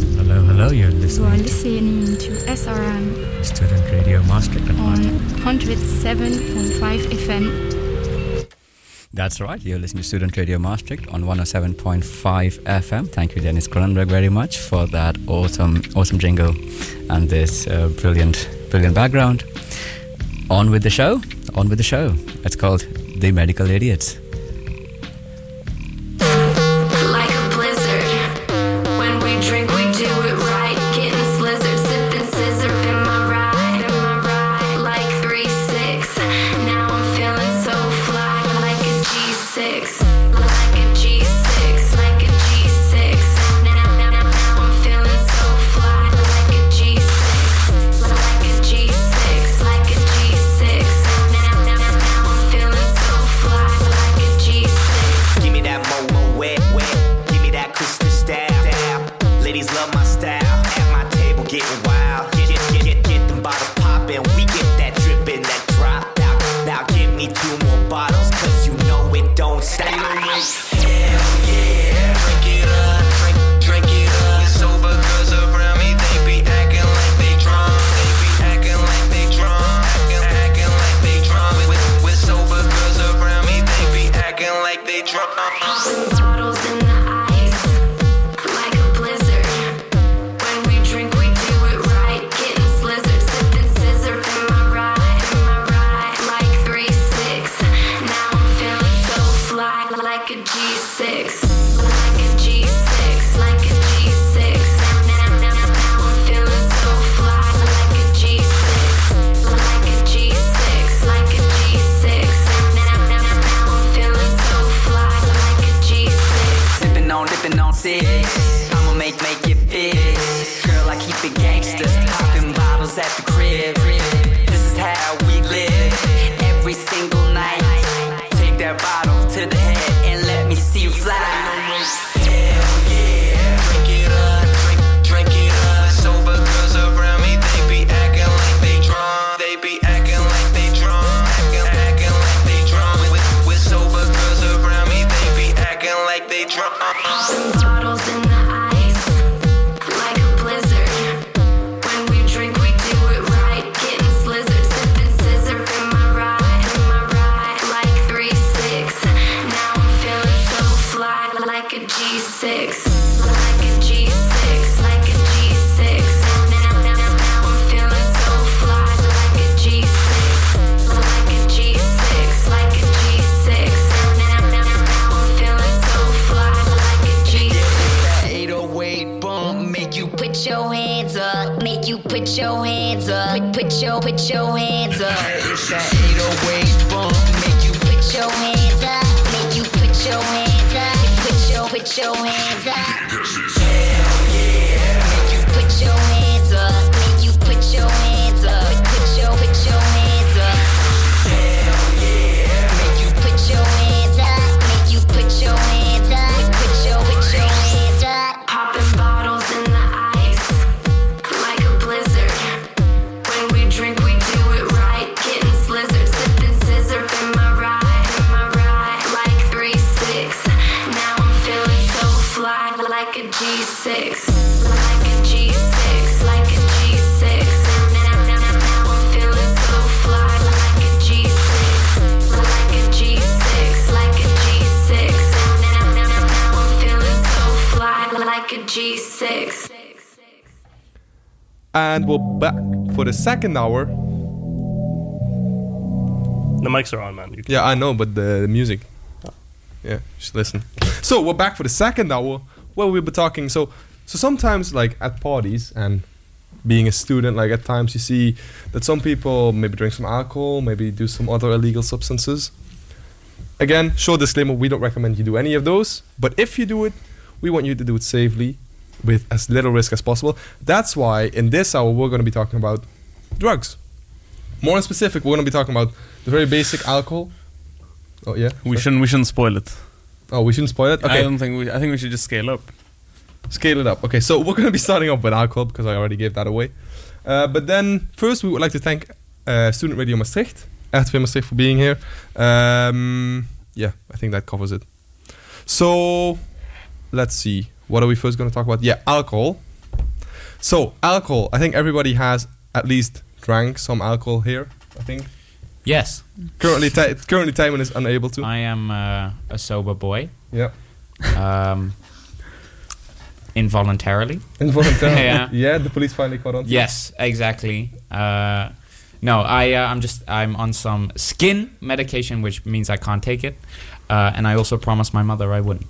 Hello, you're You are listening to listening to SRM Student Radio Maastricht. on 107.5 FM. That's right. You're listening to Student Radio Maastricht on 107.5 FM. Thank you, Dennis Kronenberg, very much for that awesome, awesome jingle and this uh, brilliant, brilliant background. On with the show. On with the show. It's called The Medical Idiots. Like a blizzard. When we drink, we do it right. Getting slizzard, sipping scissor in my ride, in my ride. Like 3 6. Now I'm feeling so fly. Like a G6. Like a G6. Like a G6. Now, now, now, now I'm feeling so fly. Like a G6. Like a G6. Like a G6. Now, now, now, now I'm feeling so fly. Like a G6. Give me that mo mo wet wet. Give me that crystal stab. stab. Ladies love my style. At my table getting wild. Get get get get, get them bottles poppin'. We get that drippin', that drop out. Now give me two more bottles, cause you know it don't stop. Hell yeah. Drink it up, drink, drink it up. It's sober cause around me they be acting like they drunk. They be acting like they drunk. Acting, acting like they drunk. With, with sober girls around me they be acting like they drunk. uh, Bottles in the ice, like a blizzard. When we drink, we do it right. Getting slizzard, sipping scissor in my ride, in my ride. Like three six. Now I'm feeling so fly, like a G six. Like a G six, like a G six. Now, now, now, now I'm feeling so fly, like a G six, like a G six, like a G six. Now, now, now I'm feeling so fly, like a G six. Sippin' on, dippin' on six. I'ma make, make it big. Girl, I keep it gangsta. Poppin' bottles at the crib. This is how we live. Every single night. Take that bottle to the head and let me see you fly. Hell yeah. Drink it up, drink, drink it up. Sober girls around me, they be acting like they drunk. They be acting like they drunk. Acting, acting like they drunk. With, with sober girls around me, they be acting like they drunk. uh, Bottles in the ice, like a blizzard. When we drink, we do it right. Getting slizzard, sipping scissor in my ride, in my ride. Like three six. Now I'm feeling so fly, like a G six. Like a G six, like a G six. Now, now, now I'm feeling so fly, like a G six, like a G six, like a G six. Now, now, now I'm feeling so fly, like a G six. That 808 bump make you Put your hands up, make you put your hands up. Put, put your put your hands up. It's that 808 bump make you Put your hands up, make you put your hands up. Put your put your hands up. Make you put your hands up, make you put your hands up. Put your put your hands up. Make you put your hands up, make you put your hands up. Put your put your hands up. Popping bottles in the ice, like a blizzard. When we drink, we do it right. Getting slizzard, sipping scissor in my ride, in my ride. Like three six. Now I'm feeling so fly, like a G six, like a G six, like a G six. Now, now, now I'm feeling so fly, like a G six, like a G six, like a G six. Now, now, now I'm feeling so fly, like a G six. And we're back for the second hour. The mics are on, man. You can- Oh. Yeah, I know, but the, the music. Yeah, just listen. so we're back for the second hour where we were talking. So, so sometimes like at parties and being a student, like at times you see that some people maybe drink some alcohol, maybe do some other illegal substances. Again, short disclaimer: we don't recommend you do any of those. But if you do it, we want you to do it safely, with as little risk as possible. That's why in this hour we're going to be talking about drugs. More in specific, we're going to be talking about the very basic alcohol. Oh yeah. We shouldn't. We shouldn't spoil it. Oh, we shouldn't spoil it. I Okay, don't think. We, I think we should just scale up. scale it up. Okay, so we're going to be starting off with alcohol because I already gave that away. Uh, but then first, we would like to thank uh, Student Radio Maastricht, RTV Maastricht, for being here. Um, yeah, I think that covers it. So let's see. What are we first going to talk about? Yeah, alcohol. So alcohol. I think everybody has at least drank some alcohol here. I think Yes, currently, ta- currently, Timon is unable to. I am uh, a sober boy. yeah. Um, involuntarily. Involuntarily. Yeah. The police finally caught on. to Yes, exactly. Uh, no, I uh, I'm just I'm on some skin medication, which means I can't take it, uh, and I also promised my mother I wouldn't.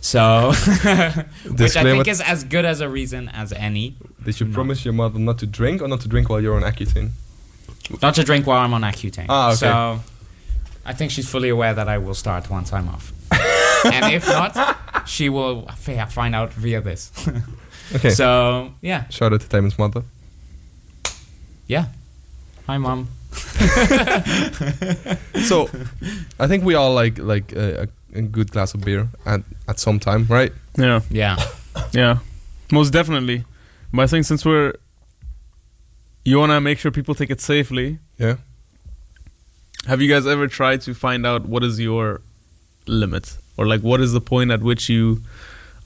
So, which I Disclaimer. think is as good as a reason as any. it. Did you No. promise your mother not to drink or not to drink while you're on Accutane? Not to drink while I'm on Accutane. Ah, okay. So, I think she's fully aware that I will start once I'm off. and if not, she will f- find out via this. Okay. So, yeah. Shout out to Timon's mother. Yeah. Hi, Mom. So, I think we all like like uh, a, a a good glass of beer at at some time, right? Yeah, Yeah. yeah, most definitely. But I think since we're, you wanna make sure people take it safely. Yeah. Have you guys ever tried to find out what is your limit, or like what is the point at which you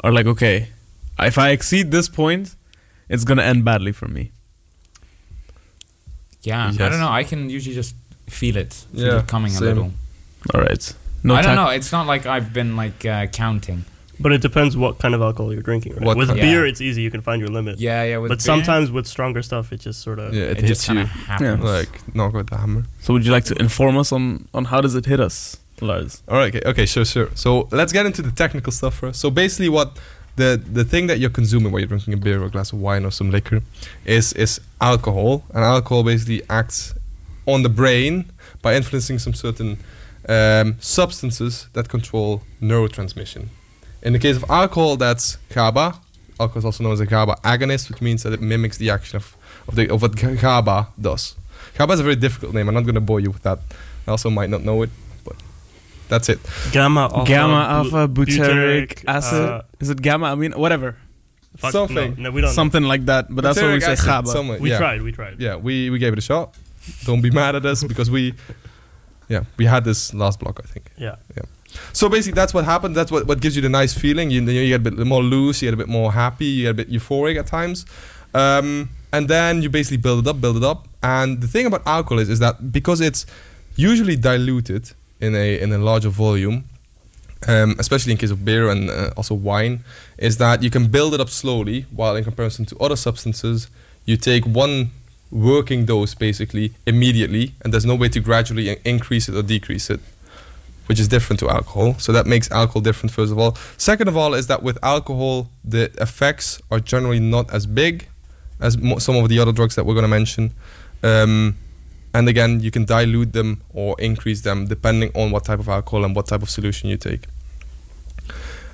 are like, okay, if I exceed this point, it's gonna end badly for me. Yeah. I Yes. don't know. I can usually just feel it, feel Yeah, it coming same. a little. All right. I don't tac- know. It's not like I've been like uh, counting. But it depends what kind of alcohol you're drinking. Right? What with kind. beer, Yeah. it's easy. You can find your limit. Yeah, yeah. With but beer, sometimes with stronger stuff, it just sort of. Yeah, it, it, hits just kind you of happens. like knock with the hammer. So would you like to inform us on on how does it hit us, Lars? All right. Okay. Okay. Sure. Sure. So let's get into the technical stuff first. So basically, what the the thing that you're consuming while you're drinking a beer or a glass of wine or some liquor is is alcohol, and alcohol basically acts on the brain by influencing some certain um, substances that control neurotransmission. In the case of alcohol, that's GABA. Alcohol is also known as a GABA agonist, which means that it mimics the action of of, the, of what GABA does. GABA is a very difficult name. I'm not going to bore you with that. I also might not know it, but that's it. Gamma alpha. gamma Um, bu- alpha butyric acid. uh, Is it gamma? I mean, whatever, fuck, Something. No, no, we don't. something like that. But that's what we Butyric say. acid GABA. somewhere, We yeah. tried. We tried. Yeah, we, we gave it a shot. Don't be mad at us because we, yeah, we had this last block, I think. Yeah. Yeah. So basically, that's what happened. That's what, what gives you the nice feeling. You, you get a bit more loose, you get a bit more happy, you get a bit euphoric at times. Um, and then you basically build it up, build it up. And the thing about alcohol is, is that because it's usually diluted in a, in a larger volume, um, especially in case of beer and uh, also wine, is that you can build it up slowly. While in comparison to other substances, you take one working dose basically immediately, and there's no way to gradually in- increase it or decrease it, which is different to alcohol. So that makes alcohol different, first of all. Second of all, is that with alcohol, the effects are generally not as big as mo- some of the other drugs that we're going to mention. Um, and again, you can dilute them or increase them depending on what type of alcohol and what type of solution you take.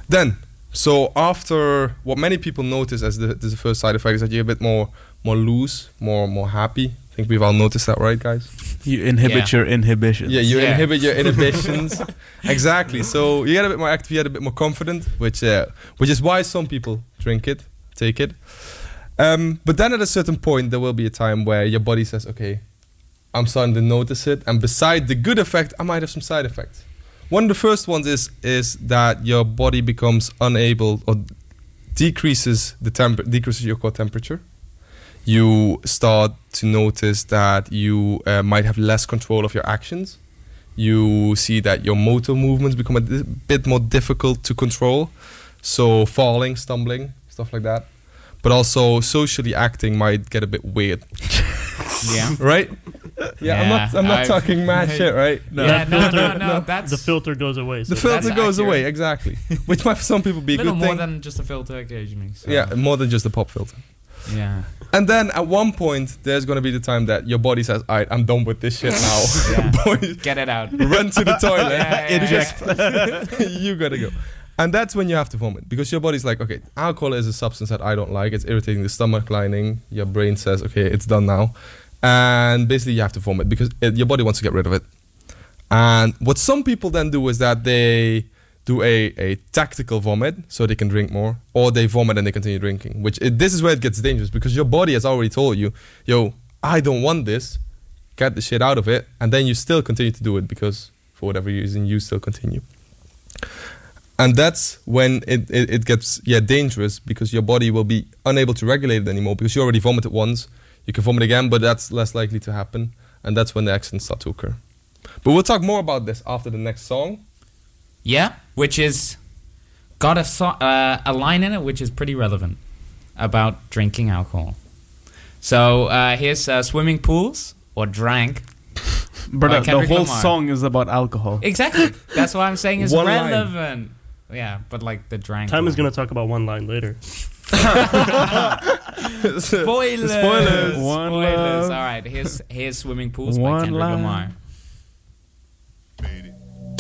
Then, so after what many people notice as the, as the first side effect is that you're a bit more more loose, more more happy. I think we've all noticed that, right, guys? You inhibit Yeah. your inhibitions. Yeah, you Yeah. inhibit your inhibitions. exactly. So you get a bit more active, you get a bit more confident, which uh, which is why some people drink it, take it. Um, but then at a certain point, there will be a time where your body says, "Okay, I'm starting to notice it," and beside the good effect, I might have some side effects. One of the first ones is is that your body becomes unable or decreases the temp decreases your core temperature you start to notice that you uh, might have less control of your actions. You see that your motor movements become a di- bit more difficult to control. So, falling, stumbling, stuff like that. But also, socially acting might get a bit weird, Yeah. right? Yeah, I'm not, Yeah, I'm not I've- talking mad shit, right? Yeah, no, no, no, filter- no, That's The filter goes away. So The filter that's goes accurate. away, exactly. Which might for some people be a a little good more thing. than just a filter occasionally. So. yeah, more than just a pop filter. Yeah. And then at one point, there's going to be the time that your body says, all right, I'm done with this shit now. Yeah. Boy, Get it out. run to the toilet, Yeah, yeah, eject. you gotta go. And that's when you have to vomit because your body's like, okay, alcohol is a substance that I don't like. It's irritating the stomach lining. Your brain says, okay, it's done now. And basically, you have to vomit because it, your body wants to get rid of it. And what some people then do is that they do a, a tactical vomit so they can drink more, or they vomit and they continue drinking. Which it, this is where it gets dangerous because your body has already told you, yo, I don't want this, get the shit out of it, and then you still continue to do it because for whatever reason you still continue. and that's when it, it, it gets yeah dangerous because your body will be unable to regulate it anymore because you already vomited once you can vomit again but that's less likely to happen and that's when the accidents start to occur but we'll talk more about this after the next song Yeah, which is got a so- uh, a line in it which is pretty relevant about drinking alcohol. So uh, here's uh, swimming pools or drank. But by uh, the Kendrick whole Lamar. song is about alcohol. Exactly. That's what I'm saying is One line. relevant. Yeah, but like the drank. Time is gonna talk about one line later. Spoilers. Spoilers. Spoilers. One Spoilers. love. All right. Here's here's swimming pools by One Kendrick love. Lamar.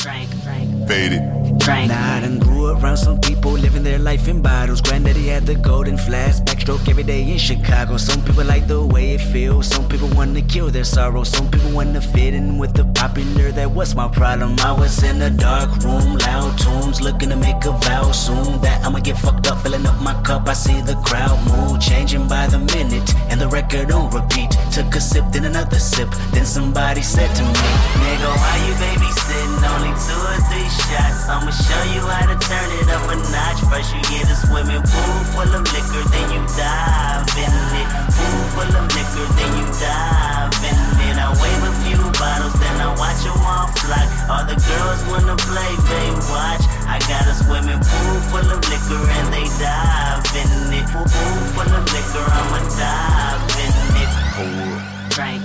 Frank, Frank. Faded. Frank. Nah, I done grew around some people living their life in bottles. Granddaddy had the golden flask, backstroke every day in Chicago. Some people like the way it feels. Some people want to kill their sorrow. Some people want to fit in with the popular. That was my problem. I was in a dark room, loud tunes, looking to make a vow soon that I'ma get fucked up, filling up my cup. I see the crowd mood changing by the minute, and the record on repeat. Took a sip, then another sip, then somebody said to me, "Nigga, why you babysitting? Only two or three shots. I'ma show you how to turn it up a notch. First you get a swimming pool full of liquor, then you dive in it. Pool full of liquor, then you dive in it. I wave a few bottles, then I watch 'em all flock. All the girls wanna play, they watch. I got a swimming pool full of liquor, and they dive in it. Pool, pool full of liquor, I'ma dive in it. Homewood. Frank.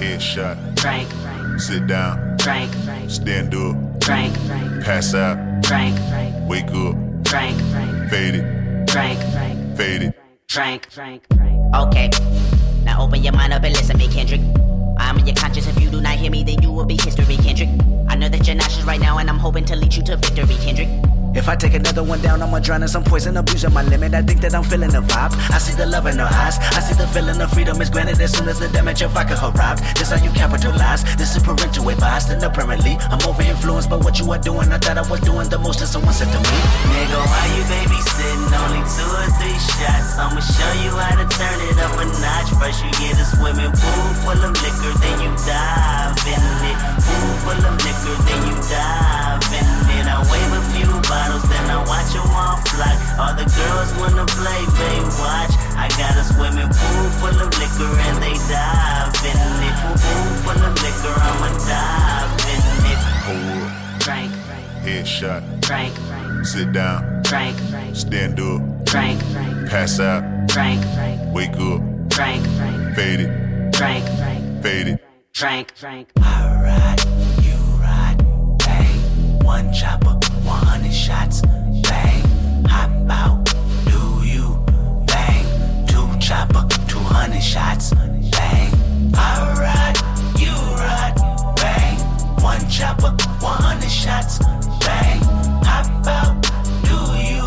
Headshot. Frank. Sit down. Frank. Stand up. Frank. Pass out. Frank. Wake up. Frank. Faded. Frank. Frank. Faded. Frank. Frank. Okay. Now open your mind up and listen to me, Kendrick. I'm in your conscience. If you do not hear me, then you will be history, Kendrick. I know that you're nauseous right now, and I'm hoping to lead you to victory, Kendrick. If I take another one down, I'ma drown in some poison, abusing my limit. I think that I'm feeling the vibe. I see the love in her eyes. I see the feeling of freedom is granted as soon as the damage of vodka arrived. This how you capitalize. This is parental advice. Then apparently, I'm over influenced by what you are doing. I thought I was doing the most, and someone said to me, Nigga, why you babysitting? Only two or three shots. I'ma show you how to turn it up a notch. First, you get a swimming pool full of liquor, then you dive in it. Pool full of liquor, then you dive in it. I wave a few bottles, then I watch 'em all flock. All the girls wanna play, they watch. I got a swimming pool full of liquor, and they dive in it. Pool, pool full of liquor, I'ma dive in it. Homewood. Frank, Headshot. Frank, Sit down. Frank, Stand up. Frank, Pass out. Frank, Wake up. Frank, Faded. Frank, Faded. Frank, Frank. One chopper, 100 shots, bang. Hop out, do you, bang. Two chopper, 200 shots, bang. Alright, you right, bang. One chopper, 100 shots, bang. Hop out, do you,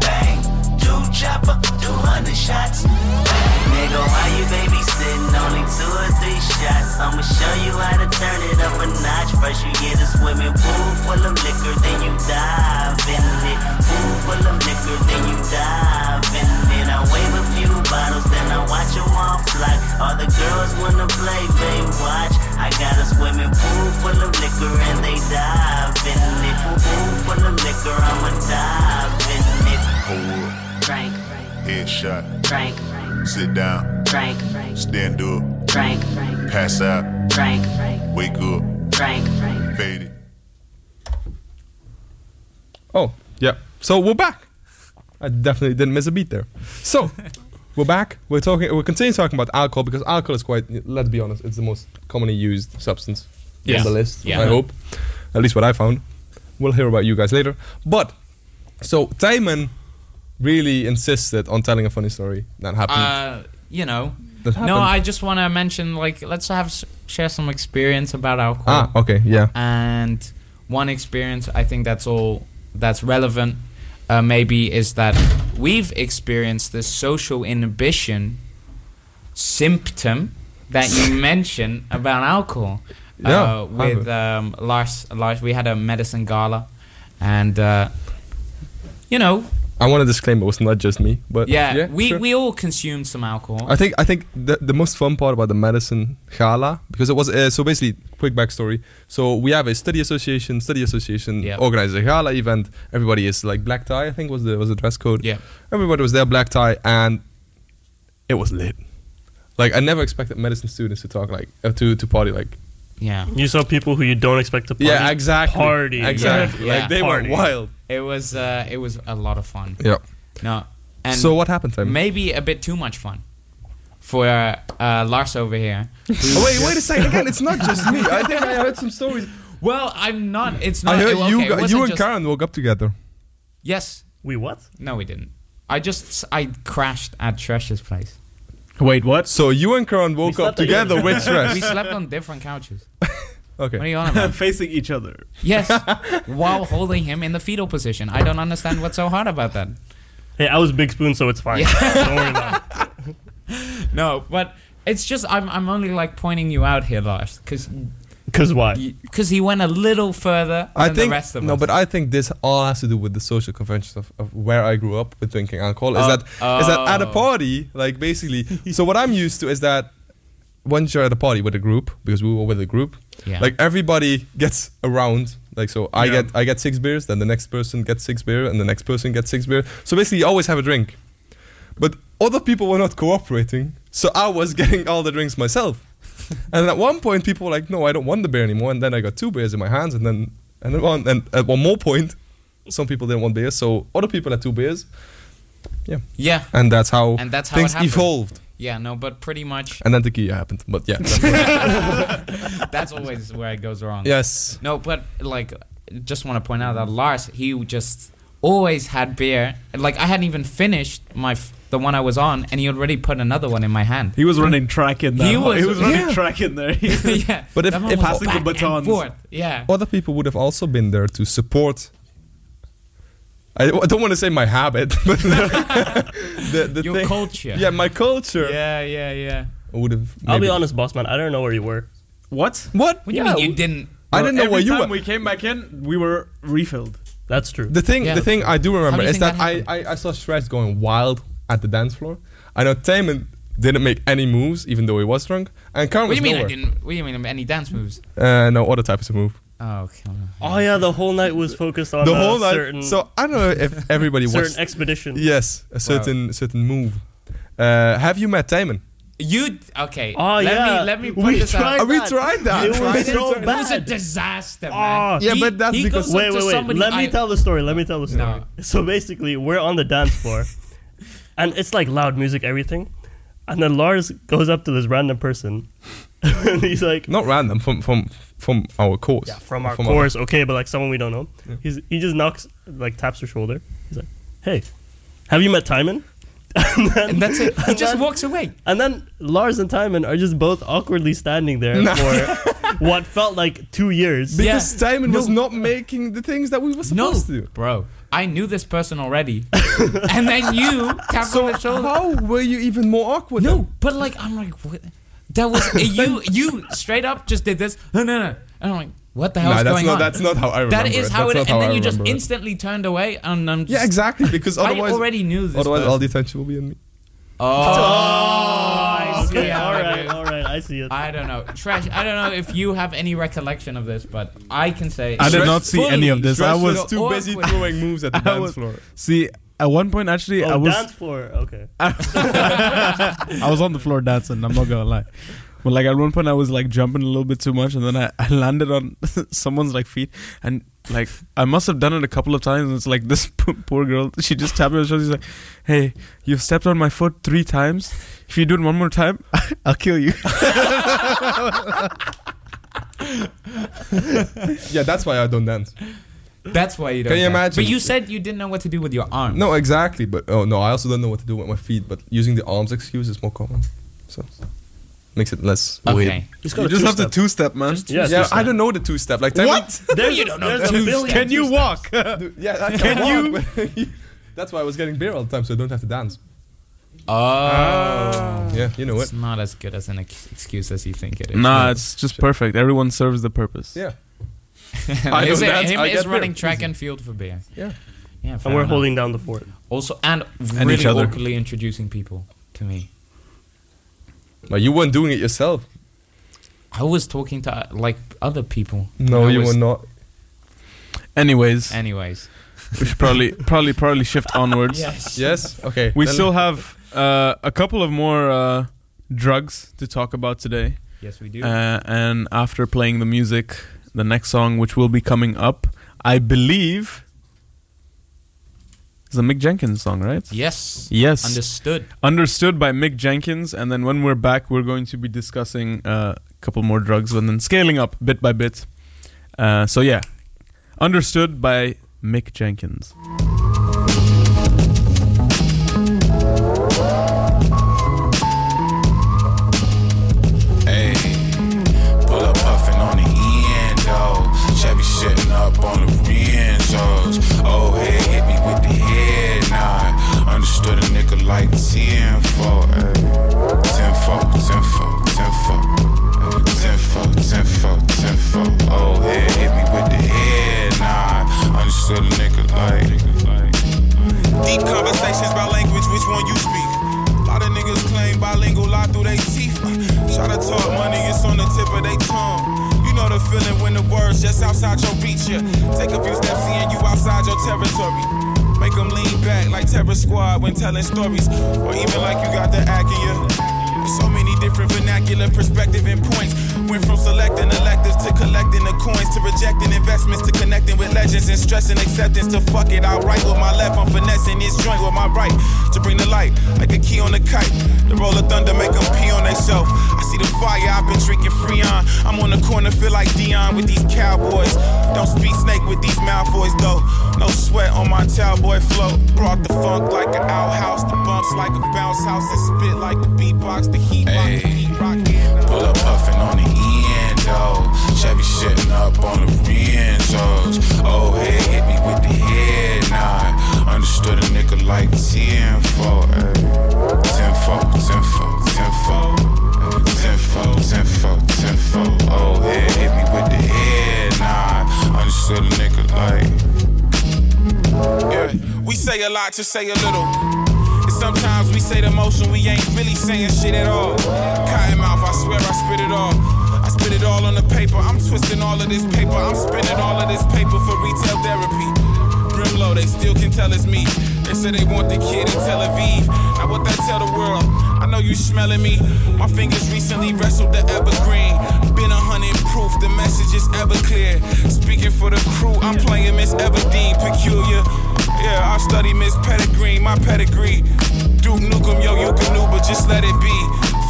bang. Two chopper, 200 shots, bang. Nigga, why you babysitting? Only two or three shots. I'ma show you how to turn it up a notch. First, you get a swimming pool full of liquor, then you dive in it. Pool full of liquor, then you dive in it. I wave a few bottles, then I watch 'em all flock. All the girls wanna play, they watch. I got a swimming pool full of liquor, and they dive in it. Pool, pool full of liquor, I'ma dive in it. Homewood. Frank, Headshot. Frank, Sit down. Frank, Stand up. Frank, Pass out. Frank, Wake up. Frank, Frank. Faded. oh yeah so we're back i definitely didn't miss a beat there so we're back we're talking we're continuing talking about alcohol because alcohol is quite let's be honest it's the most commonly used substance Yeah. on the list Yeah. i hope at least what i found we'll hear about you guys later but so Tayman really insisted on telling a funny story that happened Uh, you know. That No, happened. I just want to mention like let's have s- share some experience about alcohol. ah okay yeah and one experience i think that's all that's relevant uh, maybe is that we've experienced this social inhibition symptom that you mentioned about alcohol Yeah, uh, with um, lars lars we had a medicine gala and uh, you know I want to disclaim it was not just me, but yeah, yeah we, sure. we all consumed some alcohol. I think I think the the most fun part about the medicine gala because it was uh, so basically quick backstory. So we have a study association. Study association Yep. organized a gala event. Everybody is like black tie. I think was the was the dress code. Yeah. everybody was there black tie, and it was lit. Like I never expected medicine students to talk like uh, to to party like Yeah. You saw people who you don't expect to party. Yeah, exactly. Party. Exactly. Like, they were Party. wild. It was uh, it was a lot of fun. Yeah. No. And So what happened, Tim? Maybe a bit too much fun for uh, Lars over here. Oh, wait, wait a second. Again, it's not just me. I think I heard some stories. Well, I'm not. It's not. I heard it- okay, you it gu- wasn't you and just- Karen woke up together. Yes. We what? No, we didn't. I just I crashed at Tresh's place. Wait, what? So you and Karen woke up together with stress. We slept on different couches. Okay. What are you on about? Facing each other. Yes, while holding him in the fetal position. I don't understand what's so hard about that. Hey, I was Big Spoon, so it's fine. Don't worry about it. No, but it's just I'm I'm only like pointing you out here, Lars, because because why? Because he went a little further I than think the rest of no, us. but I think this all has to do with the social conventions of, of where I grew up with drinking alcohol. Is Oh. that is that at a Oh. party, like basically? so what I'm used to is that once you're at a party with a group, because we were with a group, Yeah. like everybody gets around. Like so, I Yeah. get I get six beers, then the next person gets six beer, and the next person gets six beer. So basically, you always have a drink, but other people were not cooperating, so I was getting all the drinks myself. and at one point, people were like, "No, I don't want the beer anymore." And then I got two beers in my hands, and then and then one, and at one more point, some people didn't want beers, so other people had two beers. Yeah. yeah, And that's how and that's how things it happened. evolved. Yeah, no, but pretty much. And then tequila happened, but yeah. that's- That's always where it goes wrong. Yes. No, but like, just want to point out that Lars, he just always had beer. Like, I hadn't even finished my f- the one I was on, and he already put another one in my hand. He was running track in there. He was- running yeah. track in there. yeah. But if, That one if was Passing the back and batons. forth, yeah. Other people would have also been there to support. I I don't want to say my habit, but the, the Your thing- culture. Yeah, my culture. Yeah, yeah, yeah. Would have. I'll be maybe- honest, boss man. I don't know where you were. What? What? What do you mean you didn't? I didn't know where you were. we came back in, we were refilled. That's true. The thing, the thing I do remember do you is think that, that I, I, I saw Shreds going wild at the dance floor. I know Taman didn't make any moves, even though he was drunk. And Karen What was do you mean nowhere. I didn't? What do you mean any dance moves? Uh, no, other types of move. Oh, okay. Oh yeah, the whole night was focused on the a whole certain- night. So I don't know if everybody certain watched. expedition. Yes, a certain certain move. Uh, have you met Taman? You okay? Oh, let yeah. Me, let me put We this tried out. Oh, we that. tried that. It was so It was a bad. disaster, man. He- He- he goes up wait, to wait, wait. somebody Let me I- tell the story. Let me tell the story. So basically, we're on the dance floor, and it's like loud music, everything, and then Lars goes up to this random person, and he's like, Not random from from from our course. Yeah, from our chorus, okay, but like someone we don't know. He's he just knocks like taps her shoulder. He's like, hey, have you met Timon? And, then, And that's it. He and just then- walks away. And then Lars and Timon are just both awkwardly standing there No. for what felt like two years. Because Taman was not making the things that we were supposed to. Bro, I knew this person already, and then you tapped on the shoulder. How were you even more awkward? No, but like I'm like, what? that was you. You straight up just did this. No, no, no. And I'm like, what the hell Nah, is that's going not- on? that's not how I That remember is it. how That's not it. And how then I you just remember it. instantly turned away, and I'm just, Yeah, exactly. Because otherwise, I already knew this. Otherwise, person. all the attention will be on me. Oh, okay, yeah, all I right, get it. all right, I see it. I don't know, trash. I don't know if you have any recollection of this, but I can say I did not see any of this. I Stress was too busy throwing moves at the I dance was- floor. See, at one point actually, Oh, I was dance floor. Okay. I was on the floor dancing. I'm not gonna lie. But like at one point, I was like jumping a little bit too much, and then I, I landed on someone's like feet, and like I must have done it a couple of times. And it's like this p- poor girl, she just tapped me on the shoulder. She's like, "Hey, you've stepped on my foot three times. If you do it one more time, I'll kill you." yeah, that's why I don't dance. That's why you don't. Can you care. imagine? But you said you didn't know what to do with your arm. No, exactly. But oh no, I also don't know what to do with my feet. But using the arms excuse is more common, so makes it less Okay. weird. Just go You to just have the two-step. two-step, man. Just yeah, two-step. Yeah, I don't know the two step. Like tell me- What? There's you a- don't know there's that. a billion Can you two-steps. walk? Dude, yeah, I Can can walk, but- That's why I was getting beer all the time, so I don't have to dance. Oh. Yeah, you know It's not as good as an ex- excuse as you think it is. Nah, it's just perfect. Everyone serves the purpose. Yeah. I I is don't it, dance, him I is get beer. running track and field for beer. Yeah. Yeah. and fair we're enough. holding down the fort. Also, and And really each other. awkwardly introducing people to me. But you weren't doing it yourself. I was talking to uh, like other people. No, I you was- were not. Anyways. Anyways. We should probably probably probably shift onwards. Yes. Yes? Okay, We then- still have uh, a couple of more uh, drugs to talk about today. Yes, we do. Uh, and after playing the music, the next song which will be coming up, I believe is a Mick Jenkins song, right? Yes. Yes. Understood. Understood by Mick Jenkins. And then when we're back, we're going to be discussing uh, a couple more drugs and then scaling up bit by bit. Uh, so, yeah. Understood by Mick Jenkins. Hey, pull up puffin' on the endo. Chevy shitting up on the Renzos. Oh, head hit me with the head nod. Understood a nigga like 10 4. Hey. 10 4, 10 4, 10 4. 10 4, 10 4, 10 4. Oh, head hit me with the head nod. Understood a nigga like. Deep conversations about language, which one you speak? lot of niggas claim bilingual, lie through they teeth. Try to talk money, it's on the tip of they tongue. You know the feeling when the words just outside your reach. Yeah. Take a few steps, seeing you outside your territory. Make them lean back like Terror Squad when telling stories, or even like you got the act in you. So many different vernacular perspective and points. Went from selecting electives to collecting the coins to rejecting investments to connecting with legends and stressing acceptance to fuck it. I right with my left, I'm finessing this joint with my right to bring the light like a key on a kite. The roll of thunder make 'em pee on themselves. I see the fire, I've been drinking Freon. I'm on the corner, feel like Dion with these cowboys. Don't speak snake with these Malfoys though. No sweat on my cowboy flow. Brought the funk like an outhouse, the bumps like a bounce house, and spit like the beatbox, the heat box, the heat rock. Pull up puffin' on the endo. Chevy shitting up on the Renzos. Oh, head hit me with the head nod. Understood a nigga like 10 4. 10 4, 10 4, 10 4. 10 4, 10 4, 10 4. Oh, head hit me with the head nod. Understood a nigga like. Yeah, we say a lot to say a little. And sometimes we say the motion, we ain't really saying shit at all. Cotton mouth, I swear I spit it all. I spit it all on the paper. I'm twisting all of this paper. I'm spinning all of this paper for retail therapy. Brimlow, they still can tell it's me. They say they want the kid in Tel Aviv. Now what that tell the world? I know you smelling me. My fingers recently wrestled the evergreen. Been a hundred proof, the message is ever clear. Speaking for the crew, I'm playing Miss Everdeen, peculiar. Yeah, I study Miss Pettigreen, my pedigree. Duke Nukem, yo, you can Uber, just let it be.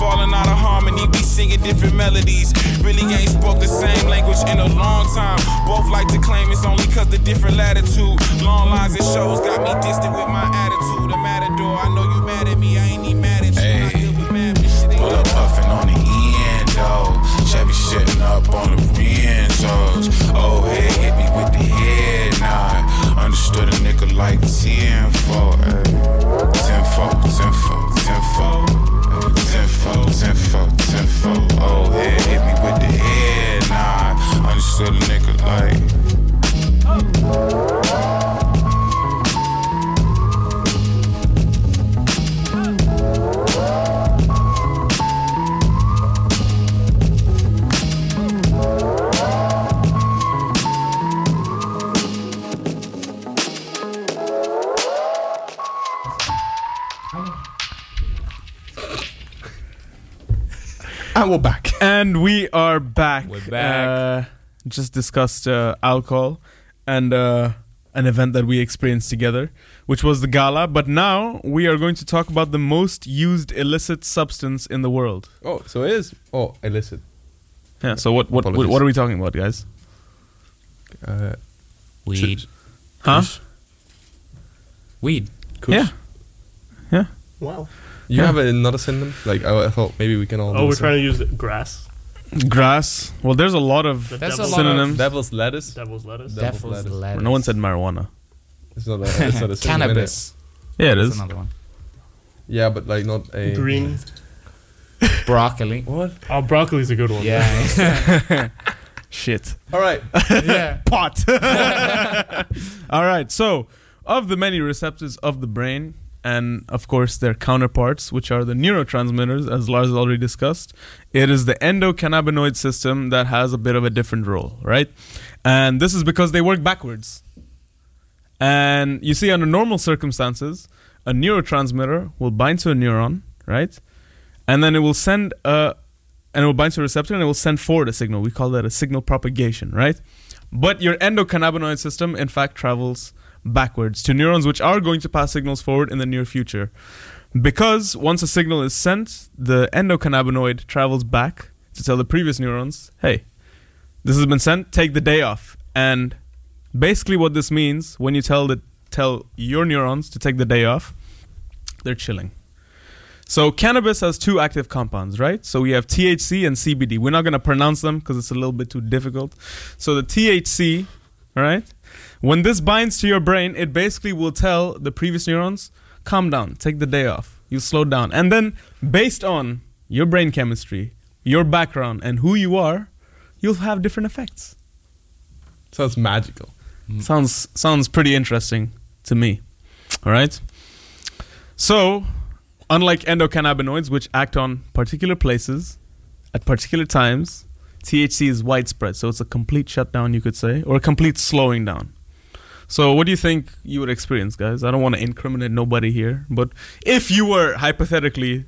Falling out of harmony, be singing different melodies. Really ain't spoke the same language in a long time. Both like to claim it's only cause the different latitude. Long lines and shows got me distant with my attitude. A matador, I know you mad at me, I ain't even mad at you. I deal with mad bitch, shit ain't Pull up puffin' on the endo. Chevy shitting up on the Renzos. Oh, head hit me with the head nod. Understood a nigga like eh. 10 4. 10 4, 10 4, 10 4. 10 4, 10 4, 10 4. Oh, head hit me with the head nod. Understood a nigga like. Ah, And we're back. And we are back. We're back. Uh, just discussed uh, alcohol and uh, an event that we experienced together, which was the gala. But now we are going to talk about the most used illicit substance in the world. Oh, so it is. Oh, illicit. Yeah. So what what what, Apologies. what are we talking about, guys? Uh, Weed. Huh? Weed. Yeah. Yeah. Wow. You Yeah. have another synonym? Like I, I thought maybe we can all. Oh, we're trying to use grass. Grass. Well, there's a lot of The synonyms. devil's- Devil's lettuce. Devil's lettuce. Devil's Devil's lettuce. lettuce. No one said marijuana. It's not. A, it's not a synonym, Cannabis. innit? Yeah, it That's is. another one. Yeah, but like not a Green. Broccoli. What? Oh, broccoli's a good one. Yeah. Shit. All right. Pot. All right. So, of the many receptors of the brain, and of course their counterparts, which are the neurotransmitters, as Lars already discussed, it is the endocannabinoid system that has a bit of a different role, right? And this is because they work backwards. And you see, under normal circumstances, a neurotransmitter will bind to a neuron, right? And then it will send a, and it will bind to a receptor and it will send forward a signal. We call that a signal propagation, right? But your endocannabinoid system, in fact, travels backwards to neurons which are going to pass signals forward in the near future. Because once a signal is sent, the endocannabinoid travels back to tell the previous neurons, hey, this has been sent, take the day off. And basically what this means when you tell the tell your neurons to take the day off, they're chilling. So cannabis has two active compounds, right? So we have THC and CBD. We're not going to pronounce them because it's a little bit too difficult. So the THC, all right? When this binds to your brain, it basically will tell the previous neurons, calm down, take the day off. You slow down. And then based on your brain chemistry, your background and who you are, you'll have different effects. Sounds magical. Sounds sounds pretty interesting to me. All right? So, unlike endocannabinoids, which act on particular places at particular times, THC is widespread. So, it's a complete shutdown, you could say, or a complete slowing down. So, what do you think you would experience, guys? I don't want to incriminate nobody here, but if you were hypothetically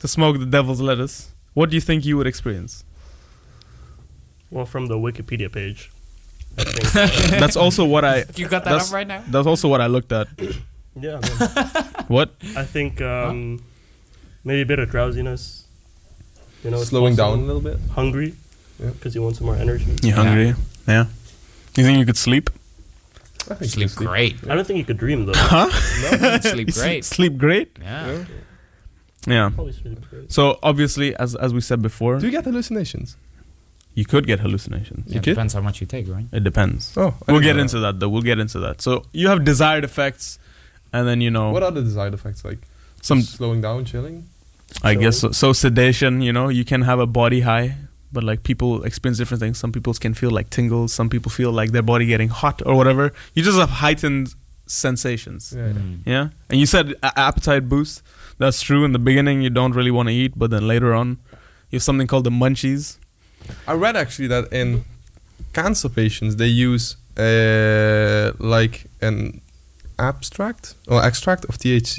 to smoke the devil's lettuce, what do you think you would experience? Well, from the Wikipedia page. I think. uh, that's also what I. You got that that's- up right now? That's also what I looked at. Yeah. man. What? I think um, maybe a bit of drowsiness. You know, it's Slowing possible. down a little bit. Hungry, because you want some more energy. You hungry? Yeah. You think you could sleep? I think Sleep great. I don't think you could dream though. Huh? No. Sleep You sleep- great. sleep great? Yeah. Yeah. Probably sleep great. So obviously, as as we said before, Do you get hallucinations? you could get hallucinations. Yeah, it depends how much you take, right? It depends. Oh, I we'll didn't get know into that though. We'll get into that. So you have desired effects, and then you know What are the side effects like? Oh. Some- Just slowing down, chilling. I guess so, so sedation, you know, you can have a body high, but like people experience different things. Some people can feel like tingles, some people feel like their body getting hot or whatever. You just have heightened sensations. Yeah, yeah. Mm. Yeah? And you said a- appetite boost. That's true. In the beginning, you don't really want to eat, but then later on, you have something called the munchies. I read actually that in cancer patients they use uh, like an abstract or extract of THC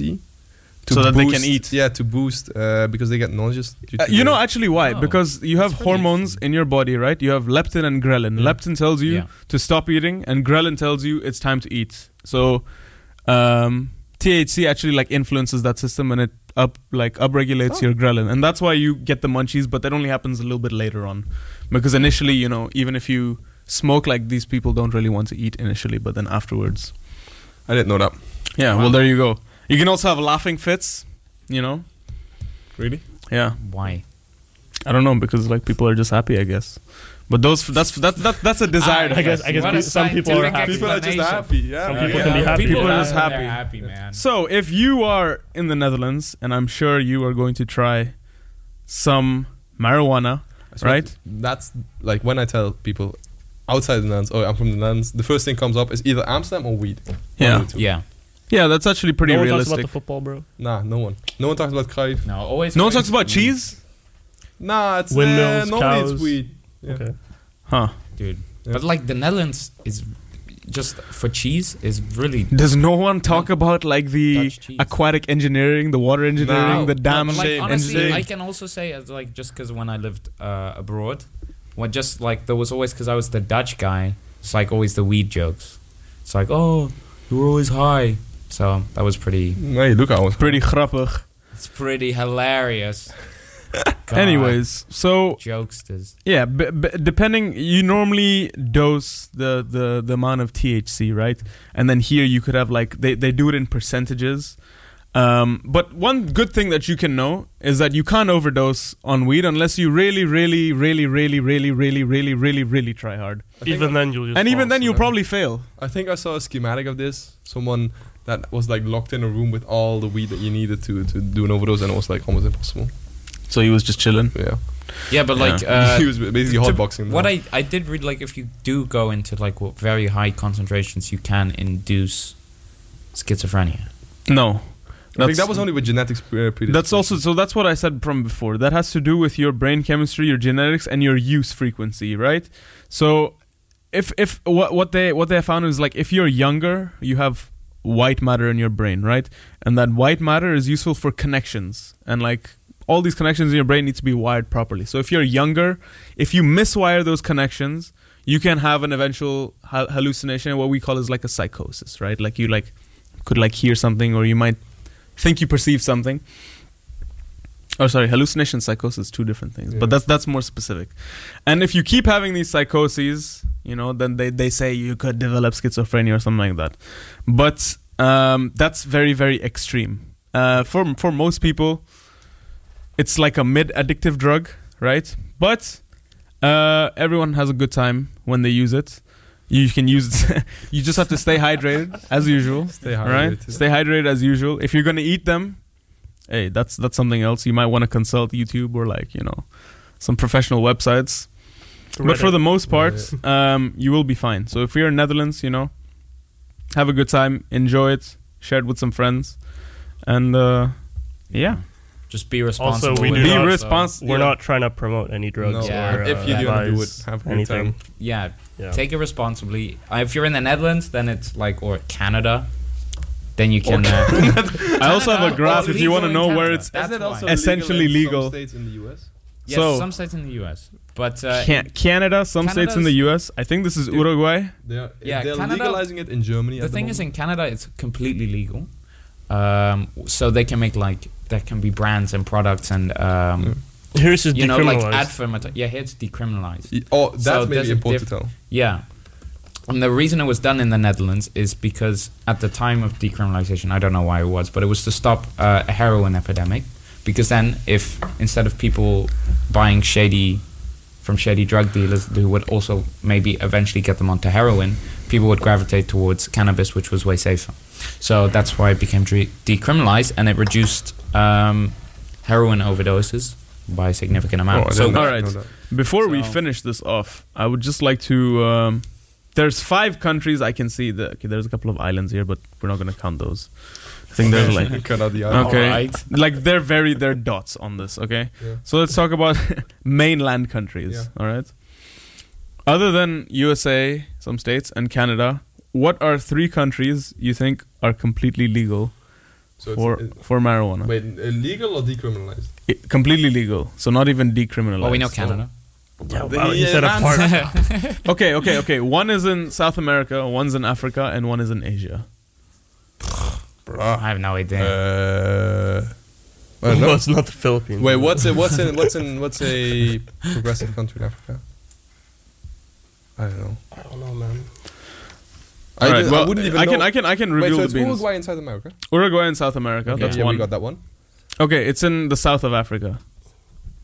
So that they can eat. Yeah, to boost uh, because they get nauseous. due Uh, you to the- know actually why? because you have hormones in your body, right? You have leptin and ghrelin. Leptin tells you Yeah. to stop eating, and ghrelin tells you it's time to eat. So um, THC actually like influences that system, and it up like upregulates your ghrelin, and that's why you get the munchies. But that only happens a little bit later on, because initially, you know, even if you smoke, like these people don't really want to eat initially, but then afterwards, I didn't know that. yeah. Well, there you go. You can also have laughing fits, you know. Really? Yeah. Why? I don't know because like people are just happy, I guess. But those that's that's that, that's a desired. I guess- I guess What a some people are happy. People are just happy. Yeah. Some man. people can be happy. People but- are just happy. happy, man. So if you are in the Netherlands, and I'm sure you are going to try some marijuana, So right? That's like when I tell people outside the Netherlands, oh, I'm from the Netherlands. The first thing comes up is either Amsterdam or weed. One of Yeah. the two. Yeah. Yeah, that's actually pretty no one talks about realistic. the football, bro. Nah, no one. No one talks about Cruyff. No, always. No one talks about cheese, Ah, Nah, it's Windmills, uh, normally cows. it's weed. Yeah. Okay. huh? dude. But like the Netherlands is just for cheese is really Does no one talk about like the Dutch cheese. aquatic engineering, the water engineering, No, the dam but, like, honestly, I engineering? can also say as like just because when I lived uh, abroad, when just like there was always because I was the Dutch guy, it's like always the weed jokes. It's like oh, you were always high. So that was pretty. Hey, look, I was Pretty grappig. It's pretty hilarious. God, Anyways, so jokesters. Yeah, b- b- depending, you normally dose the, the, the amount of THC, right? And then here you could have like, they, they do it in percentages. Um, but one good thing that you can know is that you can't overdose on weed unless you really, really, really, really, really, really, really, really, really try hard. Even then, you'll just. And even fall then, you'll asleep. probably fail. I think I saw a schematic of this. Someone that was like locked in a room with all the weed that you needed to, to do an overdose, and it was like almost impossible. So he was just chilling. Yeah. Yeah, but like Yeah. uh, He was basically to- hotboxing What them. I I did read like if you do go into like what very high concentrations, you can induce schizophrenia. No. I think that was only with genetics uh, predisposition. That's also so. That's what I said from before. That has to do with your brain chemistry, your genetics, and your use frequency, right? So, if if what what they what they found is like if you're younger, you have white matter in your brain, right? And that white matter is useful for connections and like all these connections in your brain need to be wired properly. So if you're younger, if you miswire those connections, you can have an eventual ha- hallucination, what we call is like a psychosis, right? Like you like could like hear something or you might think you perceive something. Oh, sorry, hallucination, psychosis, two different things. Yeah. But that's that's more specific. And if you keep having these psychoses, you know, then they, they say you could develop schizophrenia or something like that. But um, that's very very extreme. Uh, for for most people, it's like a mid addictive drug, right? But uh, everyone has a good time when they use it. You can use it. you just have to stay hydrated as usual. Stay Right? hydrated. Stay hydrated as usual. If you're gonna eat them, hey, that's that's something else. You might want to consult YouTube or like you know some professional websites. But for Reddit. the most part, um, you will be fine. So if you're in Netherlands, you know, have a good time, enjoy it, share it with some friends, and uh, yeah. Just be Also, we do be not, respons- We're yeah. not trying to promote any drugs. Yeah. or, uh, advise anything. Yeah. Take it responsibly. Uh, If you're in the Netherlands, then it's like or Canada. Then you can. Uh, I also have Canada, a graph it's if you want to legal know in where Canada. it's That's why. essentially legal. states in the US. Yes, So- some states in the U.S. But uh, Can- Canada, some states in the U.S. Canada's- I think this is Dude, Uruguay. They are, they're legalizing it in Germany. The at thing the is, in Canada, it's completely legal. Um, so they can make like there can be brands and products and um, Here's you know like decriminalized. advertising. Yeah, here it's decriminalized. Oh, that's maybe there's a important to diff- tell. Yeah, and the reason it was done in the Netherlands is because at the time of decriminalization, I don't know why it was, but it was to stop uh, a heroin epidemic. Because then, if instead of people buying shady from shady drug dealers who would also maybe eventually get them onto heroin, people would gravitate towards cannabis, which was way safer. So that's why it became dre- decriminalized and it reduced um, heroin overdoses by a significant Oh, amount. so, all right. Before we finish this off, I would just like to. Um, there's five countries I can see. The, okay, there's a couple of islands here, but we're not going to count those. I think there's like Cut out the island. Okay, Alright. like they're very they're dots on this. Okay, Yeah. so let's talk about mainland countries. Yeah. All right. Other than USA, some states and Canada, what are three countries you think are completely legal So it's- for it- for marijuana? Wait, illegal or decriminalized? I- completely legal, so not even decriminalized. well, we know Canada. Yeah, wow, you said man. apart. okay, okay, okay. One is in South America, one's in Africa, and one is in Asia. I have no idea. Uh, I don't No, know. it's not the Philippines. Wait, what's a what's in what's in what's a progressive country in Africa? I don't know. I don't know, man. I, Alright, did- I well, wouldn't even I know. can- I can- I can reveal Wait, so the it's beans. Uruguay in South America. Uruguay in South America. Okay. That's Yeah, we one. got that one. Okay, it's in the South of Africa.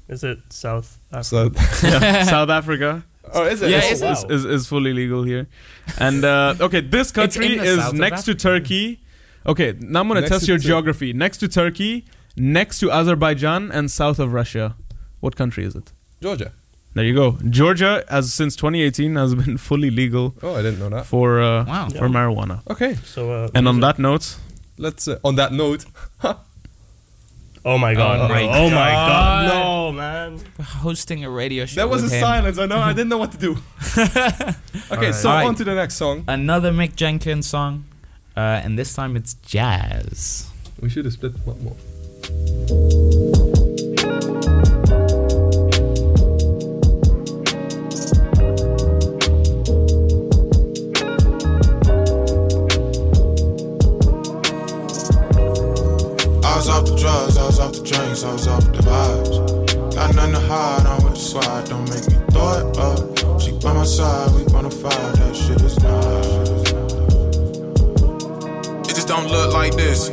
Is it South Africa? Yeah, South Africa. Oh, is it? Yeah, Oh, is, wow. is, is, is fully legal here. And uh, okay, this country the is south of next to Turkey. Okay, now I'm gonna Next test to your Tur- geography. Next to Turkey, next to Azerbaijan, and south of Russia. What country is it? Georgia. There you go. Georgia, as since 2018, has been fully legal. Oh, I didn't know that. For uh, Wow. for marijuana. Okay. So, uh, and on that note, Let's uh, on that note. oh my god! bro. oh my god! No, man. We're hosting a radio show. There was a with him. silence. I know. I didn't know what to do. okay, Alright. so Alright. on to the next song. Another Mick Jenkins song, uh, and this time it's jazz. We should have split a lot more. I was off the drugs, I was off the drinks, I was off the vibes. Got nothing to hide, I'm with the squad, don't make me throw it up. She by my side, we on a fire, that shit is nice. It just don't look like this.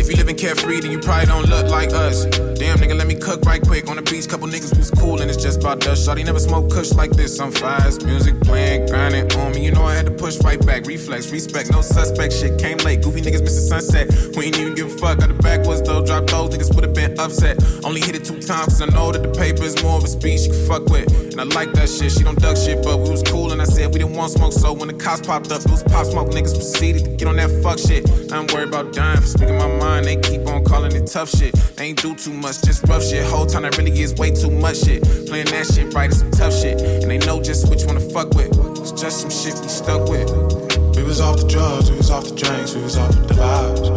If you living carefree, then you probably don't look like us. Damn nigga, let me cook right quick. On the beach, couple niggas was cool and it's just about dust. Shawty never smoked kush like this. I'm fast, music playing, grinding on me. You know I had to push right back. Reflex, respect, no suspect. Shit came late. Goofy niggas missing sunset. We ain't even give a fuck. Got the backwards though, drop those niggas would have been upset. Only hit it two times, cause I know that the paper is more of a speed she can fuck with. And I like that shit, she don't duck shit, but we was cool. And I said we didn't want smoke, so when the cops popped up, it was pop smoke. Niggas proceeded to get on that fuck shit. I'm worried about dying for speaking my mind. They keep on calling it tough shit. They ain't do too much, just rough shit. Whole time that really is way too much shit. Playing that shit right is some tough shit. And they know just which one to fuck with. It's just some shit we stuck with. We was off the drugs, we was off the drinks, we was off the vibes.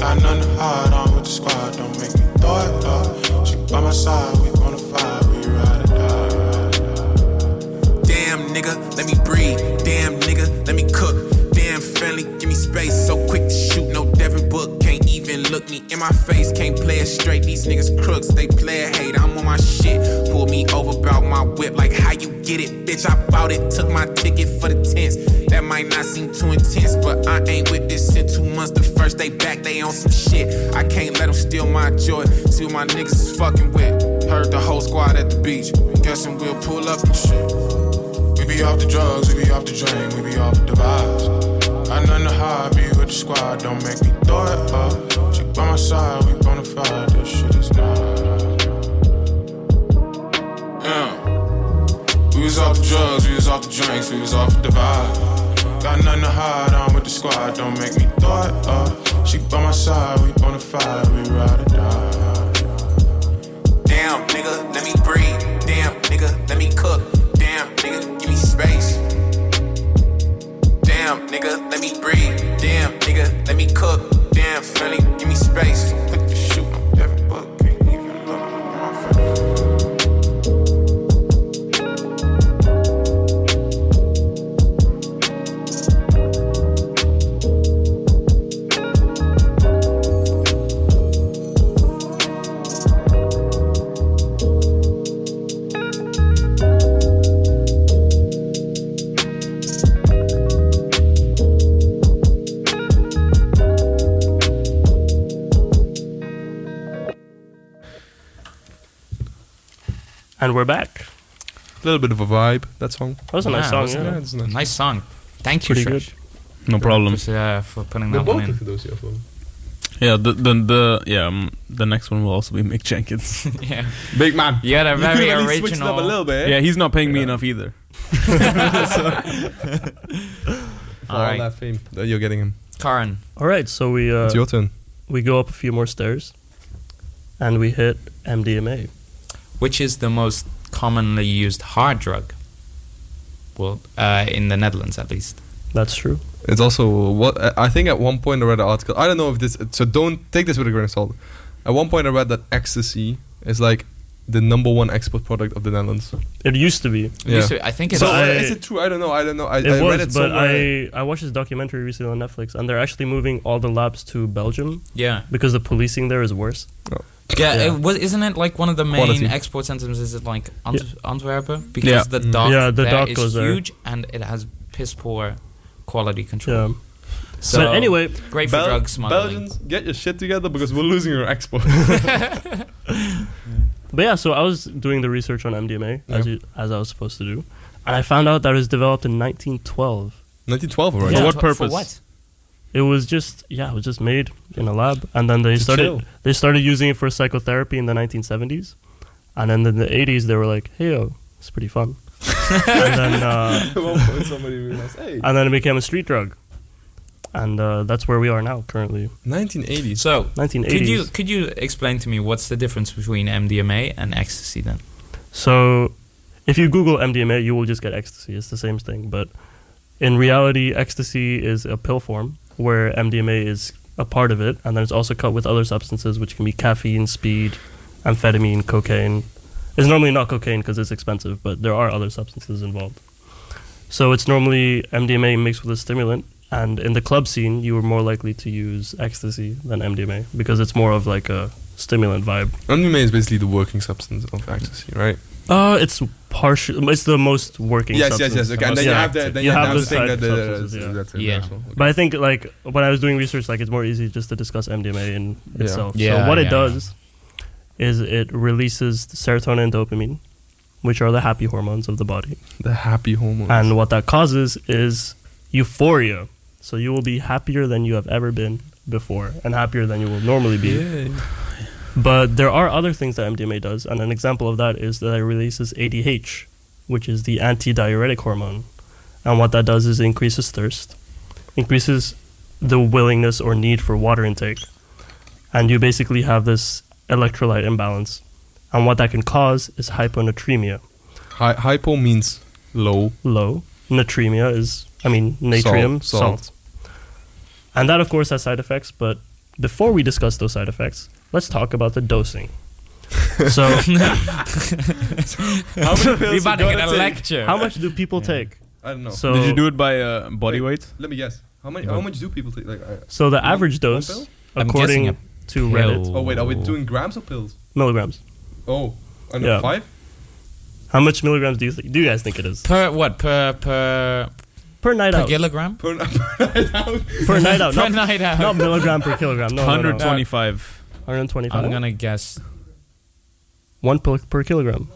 Got nothing to hide, I'm with the squad, don't make me throw it up. She by my side, we on a fire, we ride or die. Damn nigga, let me breathe. Damn nigga, let me cook. Damn friendly, give me space. So quick to shoot, no Devin Book. Can't even look me in my face. Can't play it straight. These niggas crooks, they play it hate. I'm on my shit. Pull me over, bout my whip. Like how you get it, bitch? I bought it, took my ticket for the tents. That might not seem too intense, but I ain't with this in two months. The first day back, they on some shit. I can't let them steal my joy. See what my niggas is fucking with. Heard the whole squad at the beach. Guessing we'll pull up and shit. We be off the drugs, we be off the drink, we be off the vibes. Got nothing to hide, be with the squad, don't make me throw it up. She by my side, we on a fire, this shit is not. Yeah. We was off the drugs, we was off the drinks, we was off the vibe. Got nothing to hide, I'm with the squad, don't make me throw it up. She by my side, we on a fire, we ride or die. Damn, nigga, let me breathe. Damn, nigga, let me cook. Damn, nigga, give me space. Damn, nigga, let me breathe. Damn, nigga, let me cook. Damn, friendly, give me space. Put the shoot on every book. Can't even look in my face. And we're back. A little bit of a vibe, that song. That was a nice Yeah, song. that's Yeah. a- nice song. Thank you, Pretty Shresh. No problem. For, uh, for putting They're that one both in. of those, yeah, for me. Yeah, the the, the yeah um, the next one will also be Mick Jenkins. Yeah. big man. You had You a could've very at original. least switched it up a little bit. Yeah, he's not paying me enough either. For all Alright. that fame that you're getting him. Karan. All right, so we. Uh, It's your turn. We go up a few more stairs, and we hit MDMA. which is the most commonly used hard drug. Well, uh, in the Netherlands at least. That's true. It's also what uh, I- I think at one point I read an article. I don't know if this. So don't take this with a grain of salt. At one point I read that ecstasy is like the number one export product of the Netherlands. It used to be. Yeah. used to- I think it's- So, I- is it true? I don't know. I don't know. I- it I read was, it but I somewhere. I watched this documentary recently on Netflix, and they're actually moving all the labs to Belgium. Yeah. Because the policing there is worse. Oh. Yeah, It was, isn't it like one of the main Quality. export centers? Is it like Ant- Antwerp? Because Yeah. the Mm. dock Yeah, the there dock is goes there. huge and it has piss poor quality control. Yeah. So, great for Bel- drug smuggling. Belgians, get your shit together because we're losing your export. yeah, But yeah, so I was doing the research on MDMA as you, as I was supposed to do, and I found out that it was developed in 1912. 1912 already? Yeah. For what For purpose? what? It was just yeah, it was just made in a lab, and then they started chill. they started using it for psychotherapy in the 1970s, and then in the 80s they were like, hey yo, it's pretty fun. and then At one uh, point somebody realized, hey. and then it became a street drug, and uh, that's where we are now currently. 1980s. So, could you 1980s. could you explain to me what's the difference between MDMA and ecstasy then? So, if you Google MDMA, you will just get ecstasy. It's the same thing, but in reality, ecstasy is a pill form where MDMA is a part of it, and then it's also cut with other substances, which can be caffeine, speed, amphetamine, cocaine. It's normally not cocaine because it's expensive, but there are other substances involved. So it's normally MDMA mixed with a stimulant, and in the club scene, you are more likely to use ecstasy than MDMA because it's more of like a stimulant vibe. MDMA is basically the working substance of ecstasy, right? Uh, it's partial. It's the most working. Yes, yes, substance. yes, okay, and then you have the- then you have the thing side that the- the- substances, the- that's it, Yeah. that's all, okay. But I think like when I was doing research, like it's more easy just to discuss MDMA in Yeah. itself. Yeah, so what yeah, it does is it releases serotonin and dopamine, which are the happy hormones of the body. The happy hormones. And what that causes is euphoria. So you will be happier than you have ever been before, and happier than you will normally be. Yay. But there are other things that MDMA does, and an example of that is that it releases ADH, which is the antidiuretic hormone. And what that does is increases thirst, increases the willingness or need for water intake, and you basically have this electrolyte imbalance. And what that can cause is hyponatremia. Hy- hypo means low. Low. Natremia is, I mean, Salt, natrium, salt. salt. And that, of course, has side effects. But before we discuss those side effects, let's talk about the dosing. So, How many pills We about you to gotta get a take? lecture. How much do people take? I don't know. So, Did you do it by uh, body Wait, weight? Let me guess. How much? Yeah. How much do people take? Like, uh, So the one- average one dose, pill? I'm according guessing a to Reddit- pill. Oh wait, are we doing grams or pills? milligrams. Oh, I know Yeah. five. How much milligrams do you think? Do you guys think it is per what per per per night per out. kilogram per, night out per night out? per not, night out Not milligram per kilogram. No, no, no. 125. 125. I'm gonna guess One pill per kilogram. L-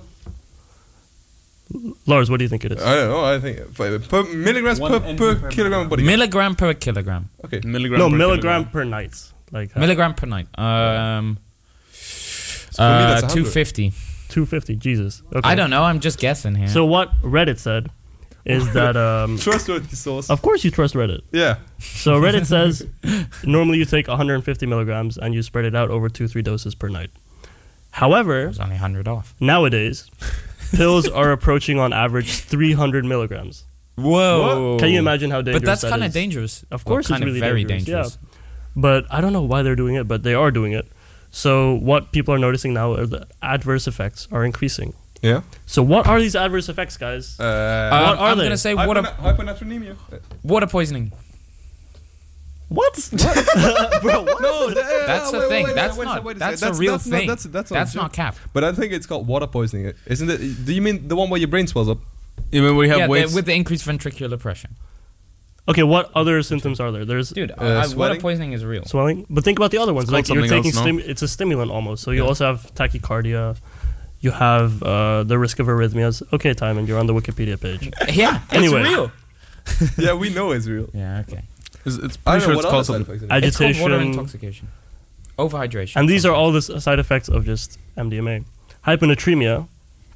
Lars, what do you think it is? I don't know. I think five, per milligrams per, per kilogram body. milligram per kilogram. Okay. Milligram no, per milligram per night. Like uh, how- Milligram per night. Um, for me, that's 100. uh, 250. 250. Jesus. Okay. I don't know. I'm just guessing here. Uh, So what Reddit said is that um, trustworthy source. Of course, you trust Reddit. Yeah. So Reddit says normally you take 150 milligrams and you spread it out over two three doses per night. However, only 100 off nowadays. pills are approaching on average 300 milligrams. Whoa! Can you imagine how dangerous? But that's that kinda is? dangerous. Of Well, course, kinda it's really very dangerous. dangerous. Yeah. But I don't know why they're doing it, but they are doing it. So what people are noticing now are that adverse effects are increasing. Yeah. So what are these adverse effects, guys? Uh, Um, what are I'm they? gonna say water hyponatremia. water poisoning. What? Bro, what? No, That's the thing. That's not- that's a real thing. That's not cap. But I think it's called water poisoning, isn't it? Do you mean the one where your brain swells up? You mean yeah, the- with the increased ventricular pressure. Uh, Okay, what other symptoms are there? There's Dude, I- I- water poisoning is real. swelling. But think about the other ones. It's like called you're something taking else, no? stimu- it's a stimulant almost. So you Yeah. also have tachycardia. You have uh, the risk of arrhythmias. Okay, Timon, you're on the Wikipedia page. Yeah, it's Anyway. real. yeah, we know it's real. Yeah, okay. It's, it's pretty I don't know sure what it's called other side something. effects it Agitation. It's called water intoxication, overhydration. And these are all the s- side effects of just MDMA. Hyponatremia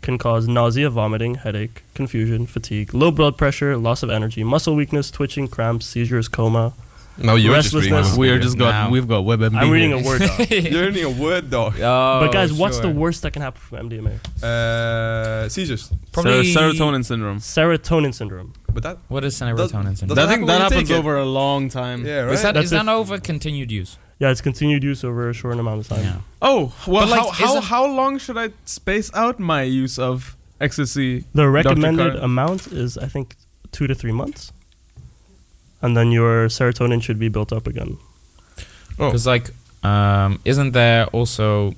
can cause nausea, vomiting, headache, confusion, fatigue, low blood pressure, loss of energy, muscle weakness, twitching, cramps, seizures, coma. No, you're just reading restlessness. a- We are just got- E Now- we've got WebMD I'm reading here. a word doc. You're earning a word dog. but guys, what's the worst that can happen from MDMA? Uh, seizures. Probably- serotonin syndrome. Serotonin syndrom. But that What is serotonin syndrome? I think that happens over a long time. Yeah, Is that, That's is if- that over continued use? Yeah, it's continued use over a short amount of time. Yeah. Oh, well, But, like, how, how, isn't- how long should I space out my use of ecstasy? The Dr. recommended um, Kar- amount is, I think, two to three months, and then your serotonin should be built up again. Oh. Because like, um, isn't there also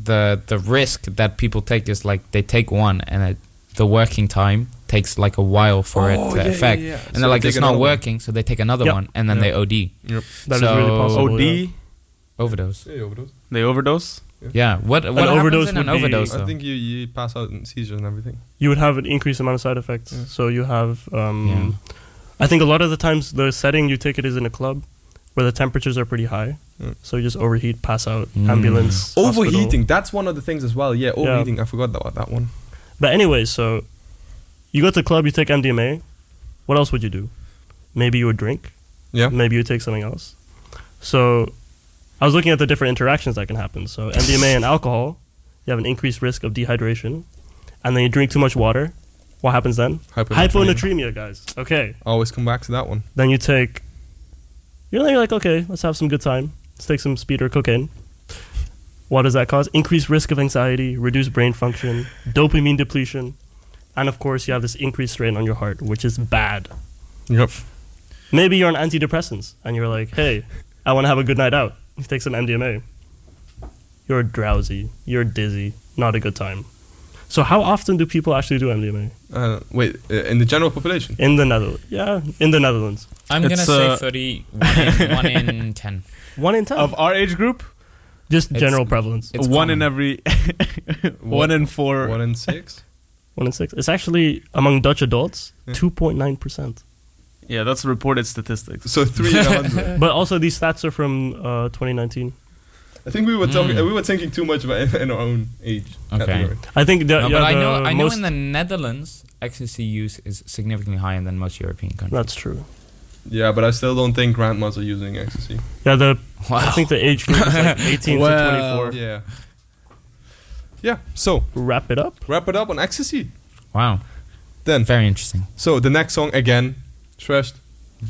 the the risk that people take is like they take one and it, the working time takes like a while Oh, for it to yeah, yeah, affect, yeah. and So they're like they it's take not another one. working, so they take another Yep. one and then Yep. they OD. Yep. That is really possible, OD. yeah. overdose. Yeah, overdose. They overdose? Yeah, what what happens in an overdose? I though? think you, you pass out in seizures and everything. you would have an increased amount of side effects. So you have, um, I think a lot of the times the setting you take it is in a club where the temperatures are pretty high. So you just overheat, pass out, Mm. Mm. ambulance. Mm. Overheating. hospital. That's one of the things as well. Yeah, overheating. I forgot about that one. But anyway, so you go to the club, you take MDMA. What else would you do? Maybe you would drink. Yeah. Maybe you would take something else. So I was looking at the different interactions that can happen. So MDMA and alcohol, you have an increased risk of dehydration. And then you drink too much water. What happens then? Hyponatremia, guys. Okay. Always come back to that one. Then you take, you know, you're like, okay, let's have some good time. Let's take some speed or cocaine. What does that cause? Increased risk of anxiety, reduced brain function, dopamine depletion, and of course, you have this increased strain on your heart, which is bad. Yep. Maybe you're on antidepressants and you're like, hey, I want to have a good night out. You take some MDMA. You're drowsy, you're dizzy, not a good time. So, how often do people actually do MDMA? Uh, wait, uh, in the general population? In the Netherlands. Yeah, in the Netherlands. I'm gonna uh, uh, say thirty one in, one in ten. One in ten. Of our age group? Just It's- general prevalence. it's one in every. one in four. One in six? One in six. It's actually among Dutch adults, Yeah. two point nine percent. Yeah, that's reported statistics. So three in a hundred. But also these stats are from uh, 2019. I think we were talking. Mm. We were thinking too much about in our own age. Okay. category. no, but I know Uh, I know in the Netherlands ecstasy use is significantly higher than most European countries. That's true. Yeah, but I still don't think grandmas are using ecstasy. Yeah, the I think the age group is like 18 Well, to 24. Yeah. Yeah. So wrap it up. Wrap it up on ecstasy. Wow. Then very interesting. So the next song again, trashed.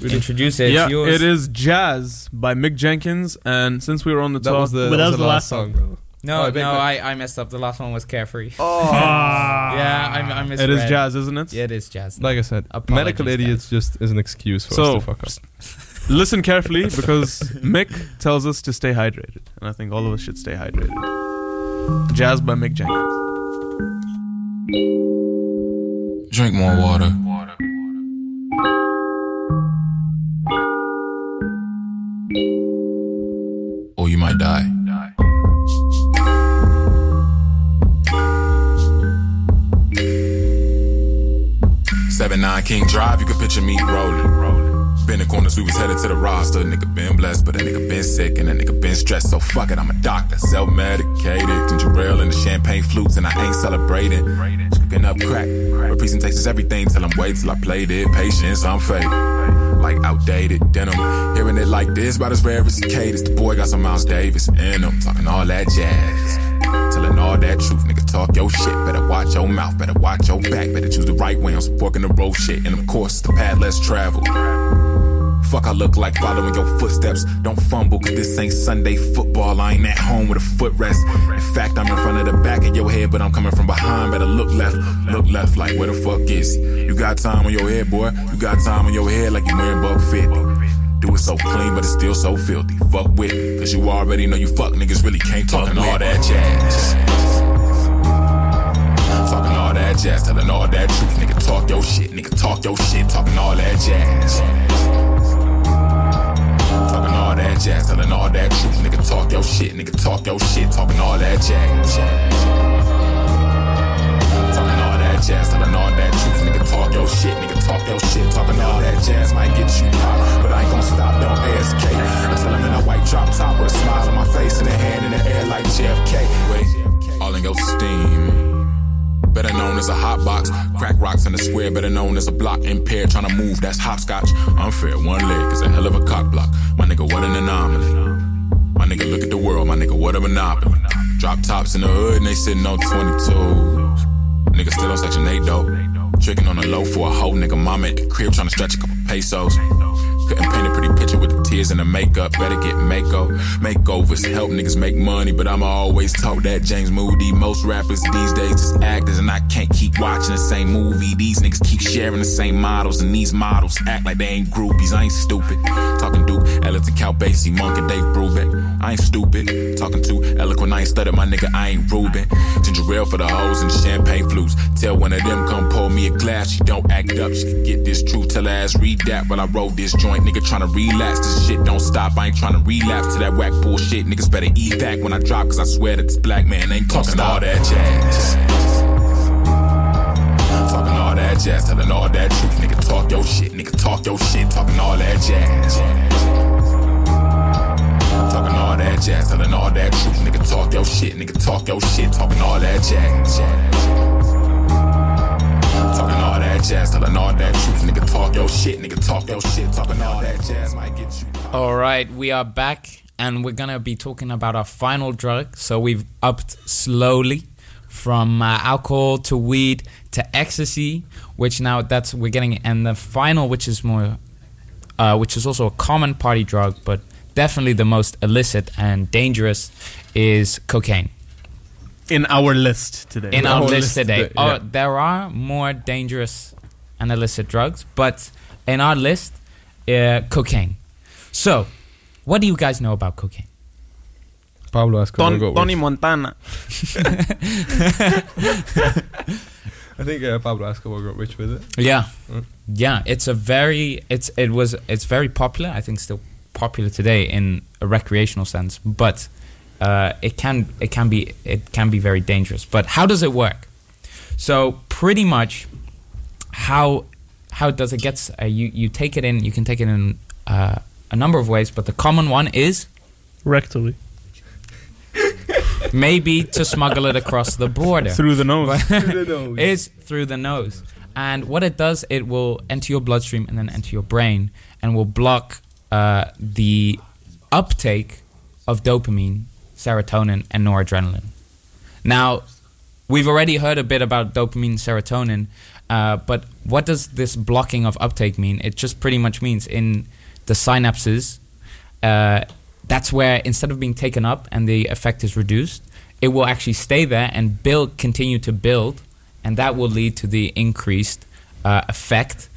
Really- Introduce it. Yeah, It's yours. it is Jazz by Mick Jenkins. And since we were on the That top, was the- But that that was was the the last last song. song. No, Oh, I beg no, my- I, I messed up. The last one was Carefree. Oh. yeah, I, I It misread. is jazz, isn't it? Yeah, it is jazz. Like I said, Apologies, medical guys. idiots just is an excuse for So, us to fuck up. Listen carefully because Mick tells us to stay hydrated. And I think all of us should stay hydrated. Jazz by Mick Jenkins. Drink more water. Or you might die. Seven nine King Drive, you can picture me rolling. Been in corners, we was headed to the roster. Nigga been blessed, but a nigga been sick and a nigga been stressed. So fuck it, I'm a doctor, self medicated. Ginger ale and the champagne flutes, and I ain't celebrating. Scooping up crack, representation takes everything till I'm wait till I played it. Patience, I'm fake like outdated denim. Hearing it like this, about as rare as cicadas. The boy got some Miles Davis in him, talking all that jazz. Telling all that truth, nigga, talk your shit. Better watch your mouth, better watch your back. Better choose the right way on some pork in the road shit. And of course, the path less traveled. Fuck, I look like following your footsteps. Don't fumble, cause this ain't Sunday football. I ain't at home with a footrest. In fact, I'm in front of the back of your head, but I'm coming from behind. Better look left, look left, like where the fuck is he? You got time on your head, boy. You got time on your head like you wearing buck 50. Do it so clean, but it's still so filthy. Fuck with, it, cause you already know you fuck niggas really can't talk and all that jazz. Talking all that jazz, telling all that truth, nigga. Talk your shit, nigga. Talk your shit, talking all that jazz. Talking all that jazz, telling all that truth, nigga. Talk your shit, nigga. Talk your shit, talking all that jazz. Talking all that jazz, telling all that truth, nigga. Talk your shit, nigga. Talk your shit, talking all that jazz might get you popped, but I ain't gonna stop. Don't ask K. I tell him in a white drop top with a smile on my face and a hand in the air like JFK. Wait, all in your steam better known as a hot box. Crack rocks in the square, better known as a block. Impaired, tryna move, that's hopscotch. Unfair, one leg is a hell of a cock block. My nigga, what an anomaly. My nigga, look at the world, my nigga, what a monopoly. Drop tops in the hood and they sitting on 22s. Nigga still on section 8 though. Tricking on the low for a whole nigga mama at the crib tryna stretch a couple pesos. Couldn't paint a pretty picture with the tears and the makeup. Better get mako. Makeovers help niggas make money, but I'ma always talk that James Moody. Most rappers these days just actors, and I can't keep watching the same movie. These niggas keep sharing the same models, and these models act like they ain't groupies. I ain't stupid. Talking Duke, Ellington, Cal Basie, Monk, and Dave Brubeck. I ain't stupid. Talking to eloquent, I ain't stutter, my nigga, I ain't Ruben. Ginger ale for the hoes and champagne flutes. Tell one of them come pour me a glass. She don't act up, she can get this truth. Tell her ass read that while I roll this joint. Nigga tryna relax, this shit don't stop. I ain't tryna relapse to that whack bullshit. Niggas better eat back when I drop, cause I swear that this black man ain't talking all that jazz. Talking all that jazz, telling all that truth. Nigga talk your shit, nigga talk your shit, talking all that jazz. Talking all that jazz, telling all that truth. Nigga talk your shit, nigga talk your shit, talking all that jazz. Talking all that jazz, telling all that truth. Nigga talk your shit, nigga talk your shit, talking all that jazz might get you. All right, we are back and we're going to be talking about our final drug. So we've upped slowly from uh, alcohol to weed to ecstasy, which now that's we're getting and the final which is more uh, which is also a common party drug but definitely the most illicit and dangerous is cocaine. In our list today. In our, list today. yeah. Oh, there are more dangerous and illicit drugs, but in our list, uh, cocaine. So, what do you guys know about cocaine? Pablo Escobar. Ton- got Tony worse. Montana. I think uh, Pablo Escobar got rich with it. Yeah, Mm. yeah. It's a very it's it was it's very popular. I think still popular today in a recreational sense, but uh, it can it can be it can be very dangerous. But how does it work? So pretty much, how how does it get? Uh, you you take it in. You can take it in uh, a number of ways, but the common one is Rectally. Maybe to smuggle it across the border. Through the nose. Through the nose. it's through the nose. And what it does, it will enter your bloodstream and then enter your brain and will block uh, the uptake of dopamine, serotonin, and noradrenaline. Now, we've already heard a bit about dopamine, serotonin, uh, but what does this blocking of uptake mean? It just pretty much means in the synapses, uh, that's where instead of being taken up and the effect is reduced, it will actually stay there and build, continue to build, and that will lead to the increased uh, effect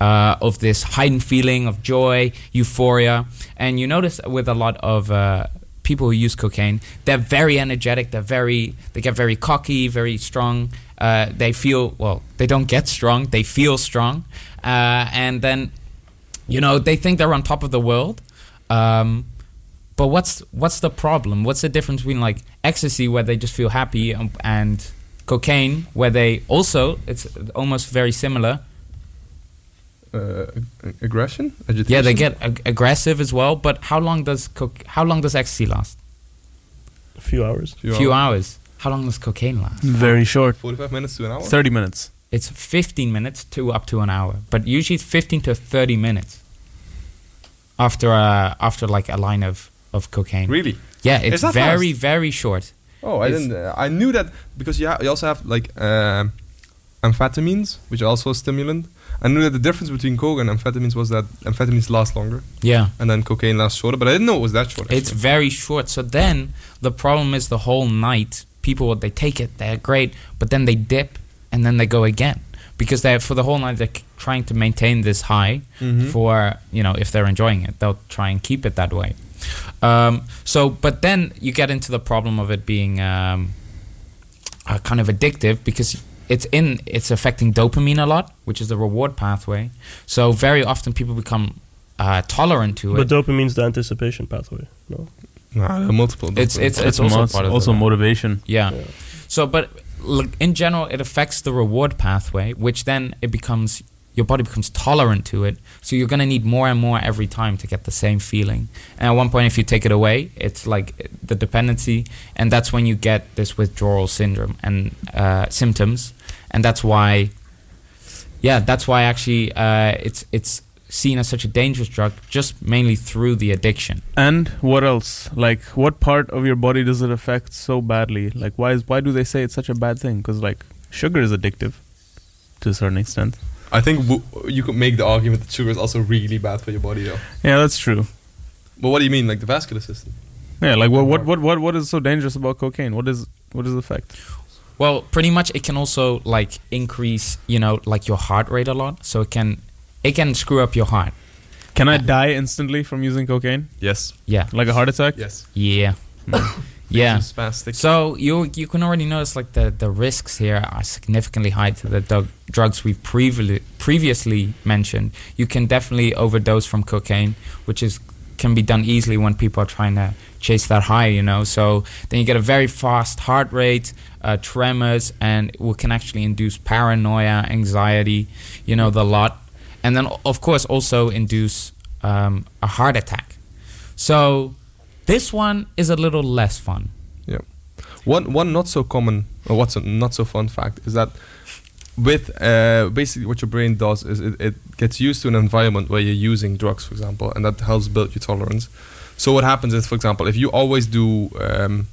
uh, of this heightened feeling of joy, euphoria. And you notice with a lot of uh, people who use cocaine, they're very energetic. They're very they get very cocky, very strong. Uh, they feel well. They don't get strong. They feel strong, uh, and then you know they think they're on top of the world. Um, but what's what's the problem? What's the difference between like ecstasy where they just feel happy and, and cocaine where they also it's almost very similar Uh, ag- aggression? Agitation? Yeah, they get ag- aggressive as well. But how long does co- how long does ecstasy last? A few hours. Few, hours. How long does cocaine last? Very short. 45 minutes to an hour? 30 minutes. It's 15 minutes to up to an hour, but usually it's 15 to 30 minutes after uh, after like a line of of cocaine. Really? Yeah, It's it's not very fast. very short. Oh, I It's- didn't. Uh, I knew that because you, ha- you also have like um amphetamines, which are also a stimulant. I knew that the difference between coke and amphetamines was that amphetamines last longer. Yeah. And then cocaine lasts shorter, but I didn't know it was that short. It's very short. So then the problem is the whole night. People they take it, they're great, but then they dip and then they go again because they for the whole night they're c- trying to maintain this high Mhm. for you know if they're enjoying it they'll try and keep it that way. Um, so but then you get into the problem of it being um, uh, kind of addictive because it's in it's affecting dopamine a lot, which is the reward pathway. So very often people become uh, tolerant to it. But dopamine's the anticipation pathway. No. Nah, the multiple It's it's it's, also part of also the- motivation. Yeah. So, but look, in general, it affects the reward pathway, which then it becomes your body becomes tolerant to it. So you're gonna need more and more every time to get the same feeling. And at one point, if you take it away, it's like the dependency, and that's when you get this withdrawal syndrome and uh, symptoms. And that's why yeah, that's why actually uh, it's it's seen as such a dangerous drug, just mainly through the addiction. And what else? Like, what part of your body does it affect so badly? Like, why is why do they say it's such a bad thing? Because like, sugar is addictive, to a certain extent. I think w- you could make the argument that sugar is also really bad for your body, though. Yeah, that's true. But what do you mean, like the vascular system? Yeah, like what what what what, what is so dangerous about cocaine? What is what is the effect? Well, pretty much it can also like increase, you know, like your heart rate a lot. So it can it can screw up your heart. Can I die instantly from using cocaine? Yes. Yeah. Like a heart attack? Hmm. Yes. Yeah. yeah. It's spastic. So you you can already notice like the, the risks here are significantly high to the dug- drugs we've previously previously mentioned. You can definitely overdose from cocaine, which is can be done easily when people are trying to chase that high, you know. So then you get a very fast heart rate, uh, tremors, and it will- can actually induce paranoia, anxiety, you know, the lot, and then of course also induce um, a heart attack. So this one is a little less fun. Yeah. One one not so common, or what's a not so fun fact is that with uh, basically what your brain does is it, it gets used to an environment where you're using drugs, for example, and that helps build your tolerance. So what happens is, for example, if you always do um,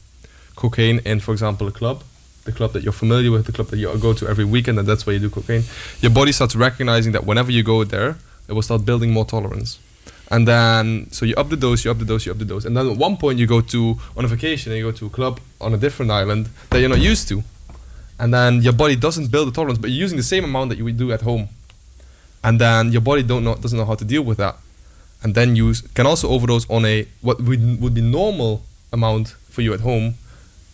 cocaine in, for example, a club, the club that you're familiar with, the club that you go to every weekend, and that's where you do cocaine, your body starts recognizing that whenever you go there, it will start building more tolerance. And then, so you up the dose, you up the dose, you up the dose. And then at one point, you go to, on a vacation, and you go to a club on a different island that you're not used to. And then your body doesn't build the tolerance, but you're using the same amount that you would do at home. And then your body don't know, doesn't know how to deal with that. And then you s- can also overdose on a, what would, would be normal amount for you at home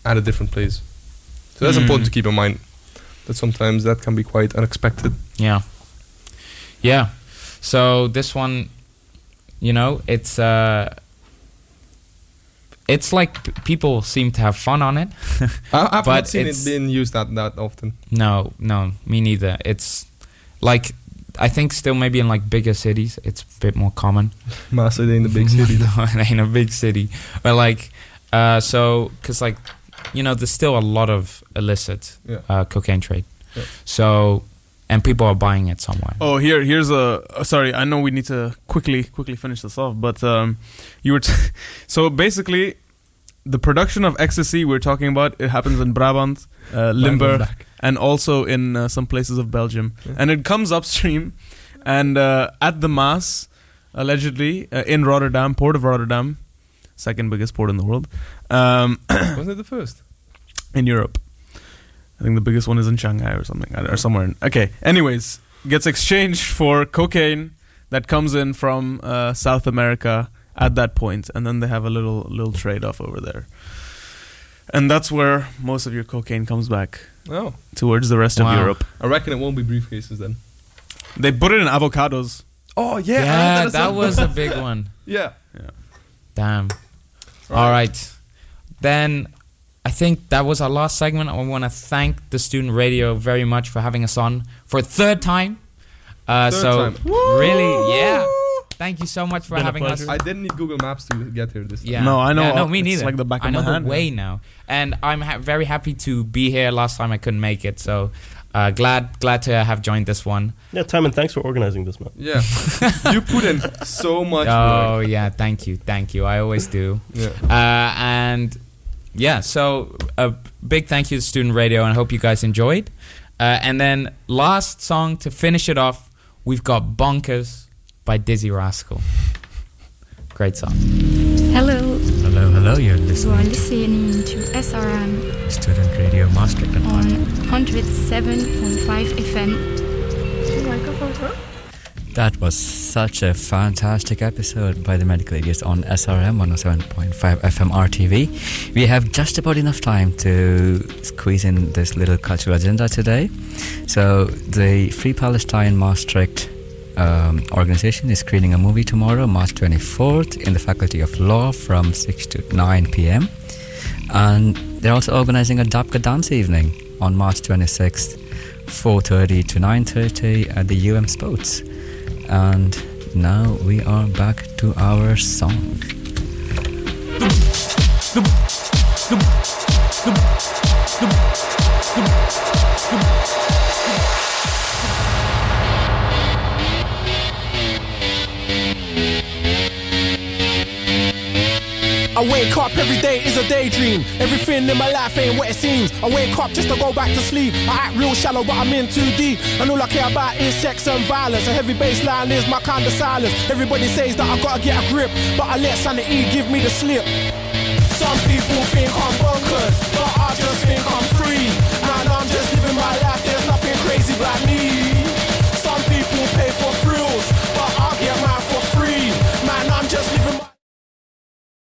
at a different place. So that's Mm. important to keep in mind that sometimes that can be quite unexpected. Yeah. Yeah. So this one, you know, it's uh it's like p- people seem to have fun on it. I, I've but not seen it it's- being used that, that often. No, no, me neither. It's like I think still maybe in like bigger cities it's a bit more common. Master in the big city. no, it ain't a big city, but like uh, so because like you know, there's still a lot of illicit Yeah. uh, cocaine trade. Yeah. So, and people are buying it somewhere. Oh, here, here's a. uh, Sorry, I know we need to quickly, quickly finish this off, but um, you were. T- so basically, the production of ecstasy we're talking about it happens in Brabant, uh, Limburg, Limburg. and also in uh, some places of Belgium, Yeah. and it comes upstream, and uh, at the mass, allegedly uh, in Rotterdam, port of Rotterdam, second biggest port in the world. Um, Wasn't it the first? in Europe. I think the biggest one is in Shanghai or something, or somewhere. In, okay. Anyways, gets exchanged for cocaine that comes in from uh, South America at that point, and then they have a little little trade off over there, and that's where most of your cocaine comes back. Oh. towards the rest of Europe. I reckon it won't be briefcases then. They put it in avocados. Oh yeah, I heard Yeah, as that well. was a big one. yeah. Damn. All right. Then I think that was our last segment. I want to thank the student radio very much for having us on for a third time. Uh, Third so time. really, yeah. Thank you so much for having us. I didn't need Google Maps to get here this time. Yeah. Yeah, no, me neither. I know the way now. now, and I'm ha- very happy to be here. Last time I couldn't make it, so uh, glad glad to have joined this one. Yeah, Time, and thanks for organizing this, man. Yeah. you put in so much Oh work. yeah, thank you, thank you. I always do. Yeah. Uh, and yeah, so a big thank you to Student Radio, and I hope you guys enjoyed. Uh, and then last song to finish it off, we've got "Bonkers" by Dizzy Rascal. Great song. Hello. Hello, hello, you're You are listening listening to SRM to Student Radio Maastricht. on 107.5 FM. That was such a fantastic episode by the Medical Idiots on SRM 107.5 FM RTV. We have just about enough time to squeeze in this little cultural agenda today. So, the Free Palestine Maastricht um, organization is screening a movie tomorrow, March 24th, in the Faculty of Law from 6 to 9 p.m. And they're also organizing a Dabka dance evening on March 26th, 4.30 to 9.30 at the UM Sports. And now we are back to our song. I wake up every day is a daydream. Everything in my life ain't what it seems. I wake up just to go back to sleep. I act real shallow, but I'm in too deep. And all I care about is sex and violence. A heavy baseline is my kind of silence. Everybody says that I gotta get a grip, but I let sanity give me the slip. Some people think I'm bonkers, but I just think I'm